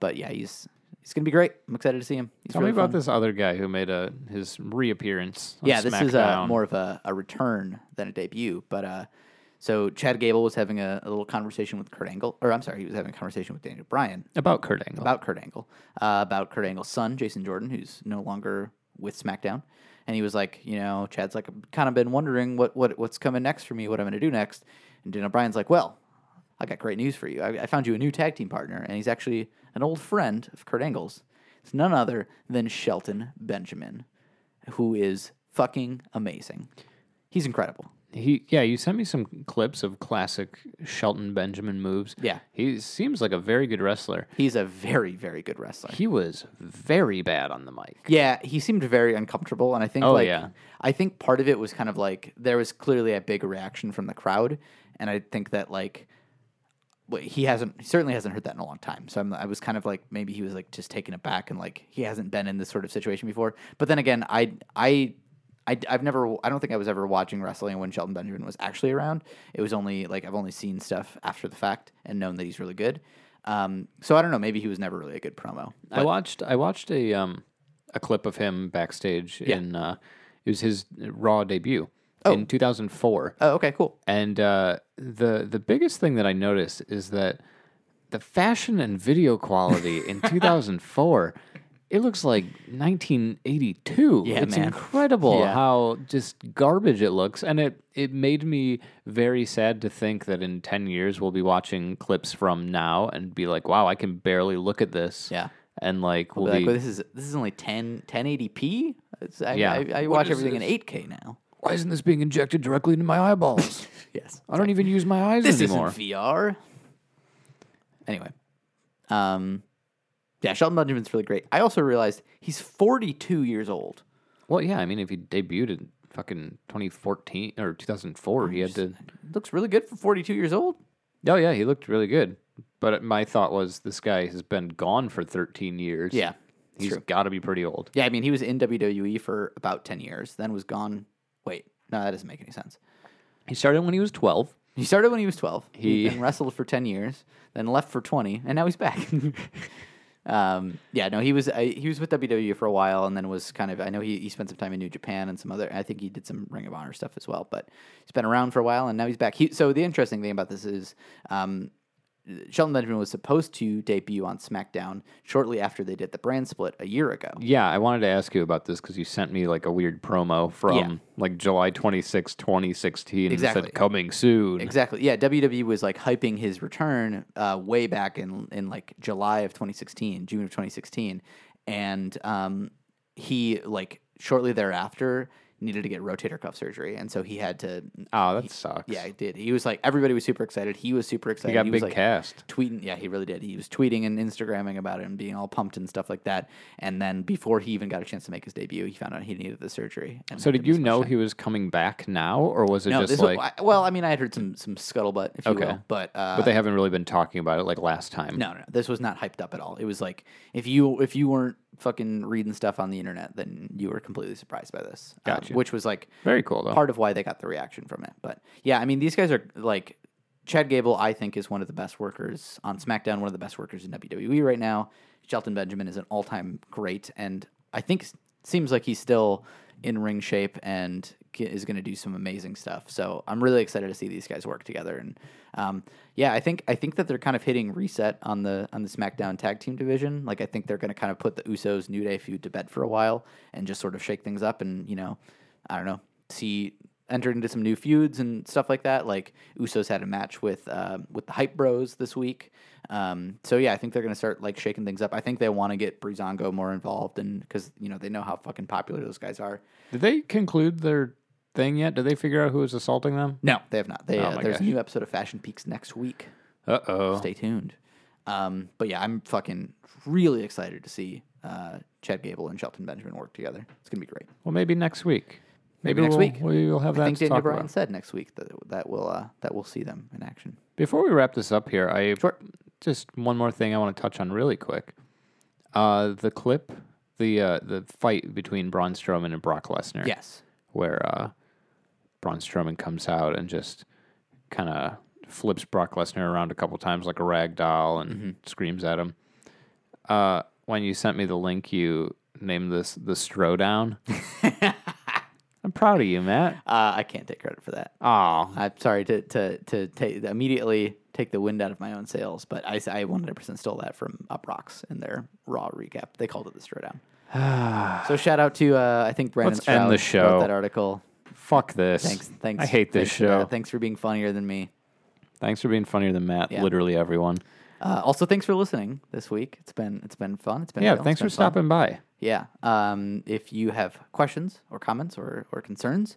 S2: but yeah, he's he's going to be great. I'm excited to see him. He's
S1: Tell
S2: really
S1: me about
S2: fun.
S1: this other guy who made a his reappearance. on
S2: Yeah, this is uh
S1: SmackDown.
S2: more of a, a return than a debut. But uh, so Chad Gable was having a, a little conversation with Kurt Angle, or I'm sorry, he was having a conversation with Daniel Bryan
S1: about Kurt Angle.
S2: about Kurt Angle, uh, about Kurt Angle's son, Jason Jordan, who's no longer with SmackDown. And he was like, you know, Chad's like, I've kind of been wondering what, what what's coming next for me, what I'm going to do next. And Daniel Bryan's like, well, I got great news for you. I, I found you a new tag team partner, and he's actually an old friend of Kurt Angle's. It's none other than Shelton Benjamin, who is fucking amazing. He's incredible.
S1: he yeah you sent me some clips of classic shelton benjamin moves
S2: Yeah.
S1: he seems like a very good wrestler
S2: He's a very, very good wrestler.
S1: he was very bad on the mic
S2: Yeah, he seemed very uncomfortable, and I think
S1: Oh,
S2: like
S1: yeah.
S2: I think part of it was kind of like there was clearly a big reaction from the crowd, and I think that like wh- he hasn't he certainly hasn't heard that in a long time. So I'm, I was kind of like maybe he was like just taken aback and like he hasn't been in this sort of situation before. But then again, I I. I, have never. I don't think I was ever watching wrestling when Shelton Benjamin was actually around. It was only like I've only seen stuff after the fact and known that he's really good. Um, so I don't know. Maybe he was never really a good promo.
S1: i watched i watched a um a clip of him backstage in uh it was his raw debut in 2004
S2: Oh, okay, cool.
S1: and uh the the biggest thing that i noticed is that the fashion and video quality in 2004 it looks like 1982
S2: Yeah,
S1: it's
S2: man.
S1: incredible
S2: Yeah.
S1: how just garbage it looks and it it made me very sad to think that in 10 years we'll be watching clips from now and be like wow i can barely look at this
S2: Yeah.
S1: and like we'll,
S2: Be like,
S1: be
S2: well, this is this is only 10 1080p. It's- I,
S1: Yeah.
S2: I, I
S1: What
S2: watch
S1: is
S2: everything in 8K now.
S1: why isn't this being injected directly into my eyeballs
S2: Yes,
S1: i don't even use my eyes
S2: this
S1: anymore
S2: isn't VR. Anyway, um, yeah, Shelton Benjamin's really great. I also realized he's 42 years old.
S1: Well, yeah, I mean, if he debuted in fucking 2014 or 2004, he had to.
S2: Looks really good for 42 years old.
S1: Oh, yeah, he looked really good. But my thought was this guy has been gone for 13 years.
S2: Yeah, it's
S1: He's
S2: true.
S1: got to be pretty old.
S2: Yeah, I mean, he was in WWE for about 10 years, then was gone. Wait, no, that doesn't make any sense.
S1: He started when he was 12.
S2: He started when he was 12.
S1: He-
S2: then wrestled for 10 years, then left for 20, and now he's back. um, yeah, no, he was I, he was with WWE for a while and then was kind of I know he, he spent some time in New Japan and some other I think he did some Ring of Honor stuff as well, but he's been around for a while and now he's back. He, so the interesting thing about this is um, Shelton Benjamin was supposed to debut on SmackDown shortly after they did the brand split a year ago.
S1: Yeah, I wanted to ask you about this because you sent me like a weird promo from
S2: Yeah.
S1: like July 26, 2016. And
S2: Exactly.
S1: it said coming soon.
S2: Exactly. Yeah, WWE was like hyping his return uh, way back in in like July of 2016, June of 2016, and um, he like shortly thereafter needed to get rotator cuff surgery, and so he had to. uh,
S1: Oh, that sucks.
S2: Yeah, he did. He was like everybody was super excited. He was super excited.
S1: He got
S2: was,
S1: big
S2: like,
S1: cast.
S2: tweeting. Yeah, he really did. He was tweeting and Instagramming about it and being all pumped and stuff like that. And then before he even got a chance to make his debut, he found out he needed the surgery. and
S1: So
S2: had to
S1: did you
S2: miss much
S1: know
S2: time.
S1: he was coming back now, or was it
S2: No,
S1: just
S2: this
S1: like?
S2: was, I- well, I mean, I had heard some some scuttlebutt, if you
S1: Okay.
S2: will, but uh,
S1: but they haven't really been talking about it like last time.
S2: no, no, no, this was not hyped up at all. It was like if you if you weren't fucking reading stuff on the internet, then you were completely surprised by this, Um,
S1: Gotcha.
S2: which was like
S1: Very cool though.
S2: part of why they got the reaction from it. But yeah, I mean, these guys are like Chad Gable. I think is one of the best workers on SmackDown. One of the best workers in WWE right now. Shelton Benjamin is an all time great, and I think s- seems like he's still in ring shape and g- is going to do some amazing stuff. So I'm really excited to see these guys work together. And um, yeah, I think I think that they're kind of hitting reset on the on the SmackDown tag team division. Like I think they're going to kind of put the Usos New Day feud to bed for a while and just sort of shake things up and you know I don't know, see enter into some new feuds and stuff like that. Like Usos had a match with um, with the Hype Bros this week. Um, so yeah, I think they're gonna start like shaking things up. I think they want to get Brizongo more involved, and because you know they know how fucking popular those guys are.
S1: Did they conclude their thing yet? Did they figure out who was assaulting them?
S2: No, they have not. They uh,
S1: Oh my
S2: there's
S1: gosh.
S2: a new episode of Fashion Peaks next week.
S1: Uh oh.
S2: Stay tuned. Um, but yeah, I'm fucking really excited to see uh, Chad Gable and Shelton Benjamin work together. It's gonna be great.
S1: Well, maybe next week. Maybe,
S2: next
S1: we'll-
S2: week.
S1: we will have
S2: I
S1: that
S2: think
S1: to
S2: Daniel
S1: talk
S2: Bryan
S1: about.
S2: said next week that that will uh, that we'll see them in action.
S1: Before we wrap this up here, I
S2: Sure.
S1: just one more thing I want to touch on really quick. Uh, the clip, the uh, the fight between Braun Strowman and Brock Lesnar.
S2: Yes.
S1: where uh, Braun Strowman comes out and just kind of flips Brock Lesnar around a couple times like a rag doll and
S2: Mm-hmm.
S1: screams at him. Uh, when you sent me the link, you named this the Strowdown. I'm proud of you, Matt.
S2: Uh, I can't take credit for that.
S1: Oh,
S2: I'm sorry to to to take immediately take the wind out of my own sails, but I I 100% stole that from Up Rocks in their Raw recap. They called it the Strowdown. so shout out to uh, I think Brandon
S1: Let's end
S2: Stroud
S1: the
S2: wrote
S1: show.
S2: that article.
S1: fuck this.
S2: Thanks, thanks.
S1: I hate this
S2: thanks for
S1: show.
S2: that. Thanks for being funnier than me.
S1: Thanks for being funnier than Matt.
S2: Yeah.
S1: Literally everyone.
S2: Uh, also, thanks for listening this week. It's been it's been fun. It's been
S1: Yeah,
S2: real. It's
S1: thanks for
S2: been fun.
S1: stopping by.
S2: Yeah. Um, if you have questions or comments or, or concerns,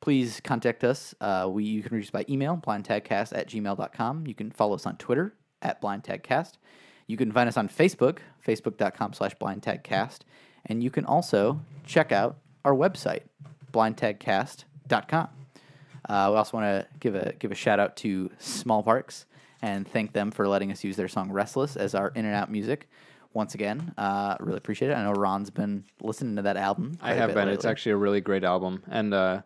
S2: please contact us. Uh, we You can reach us by email, blindtagcast at gmail.com. You can follow us on Twitter at blindtagcast. You can find us on Facebook, facebook.com slash blindtagcast. And you can also check out our website, blindtagcast.com. Uh, we also want to give a give a shout out to Small Parks and thank them for letting us use their song "Restless" as our in and out music. Once again, uh, really appreciate it. I know Ron's been listening to that album.
S1: I
S2: quite a
S1: have
S2: bit
S1: been. It's
S2: lately.
S1: actually a really great album, and uh,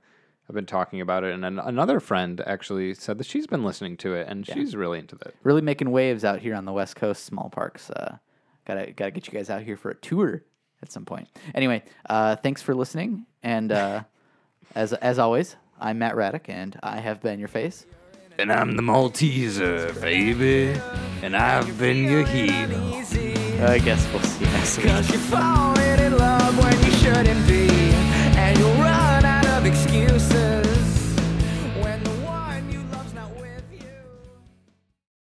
S1: I've been talking about it. And an- another friend actually said that she's been listening to it, and she's really into it.
S2: really making waves out here on the West Coast. Small Parks. Uh, gotta gotta get you guys out here for a tour at some point. Anyway, uh, thanks for listening. And uh, as as always, I'm Matt Raddick, and I have been your face.
S5: And I'm the Malteser, baby. And I've been your hero.
S2: I guess we'll see you next week.
S6: Cause you're falling in love when you shouldn't be.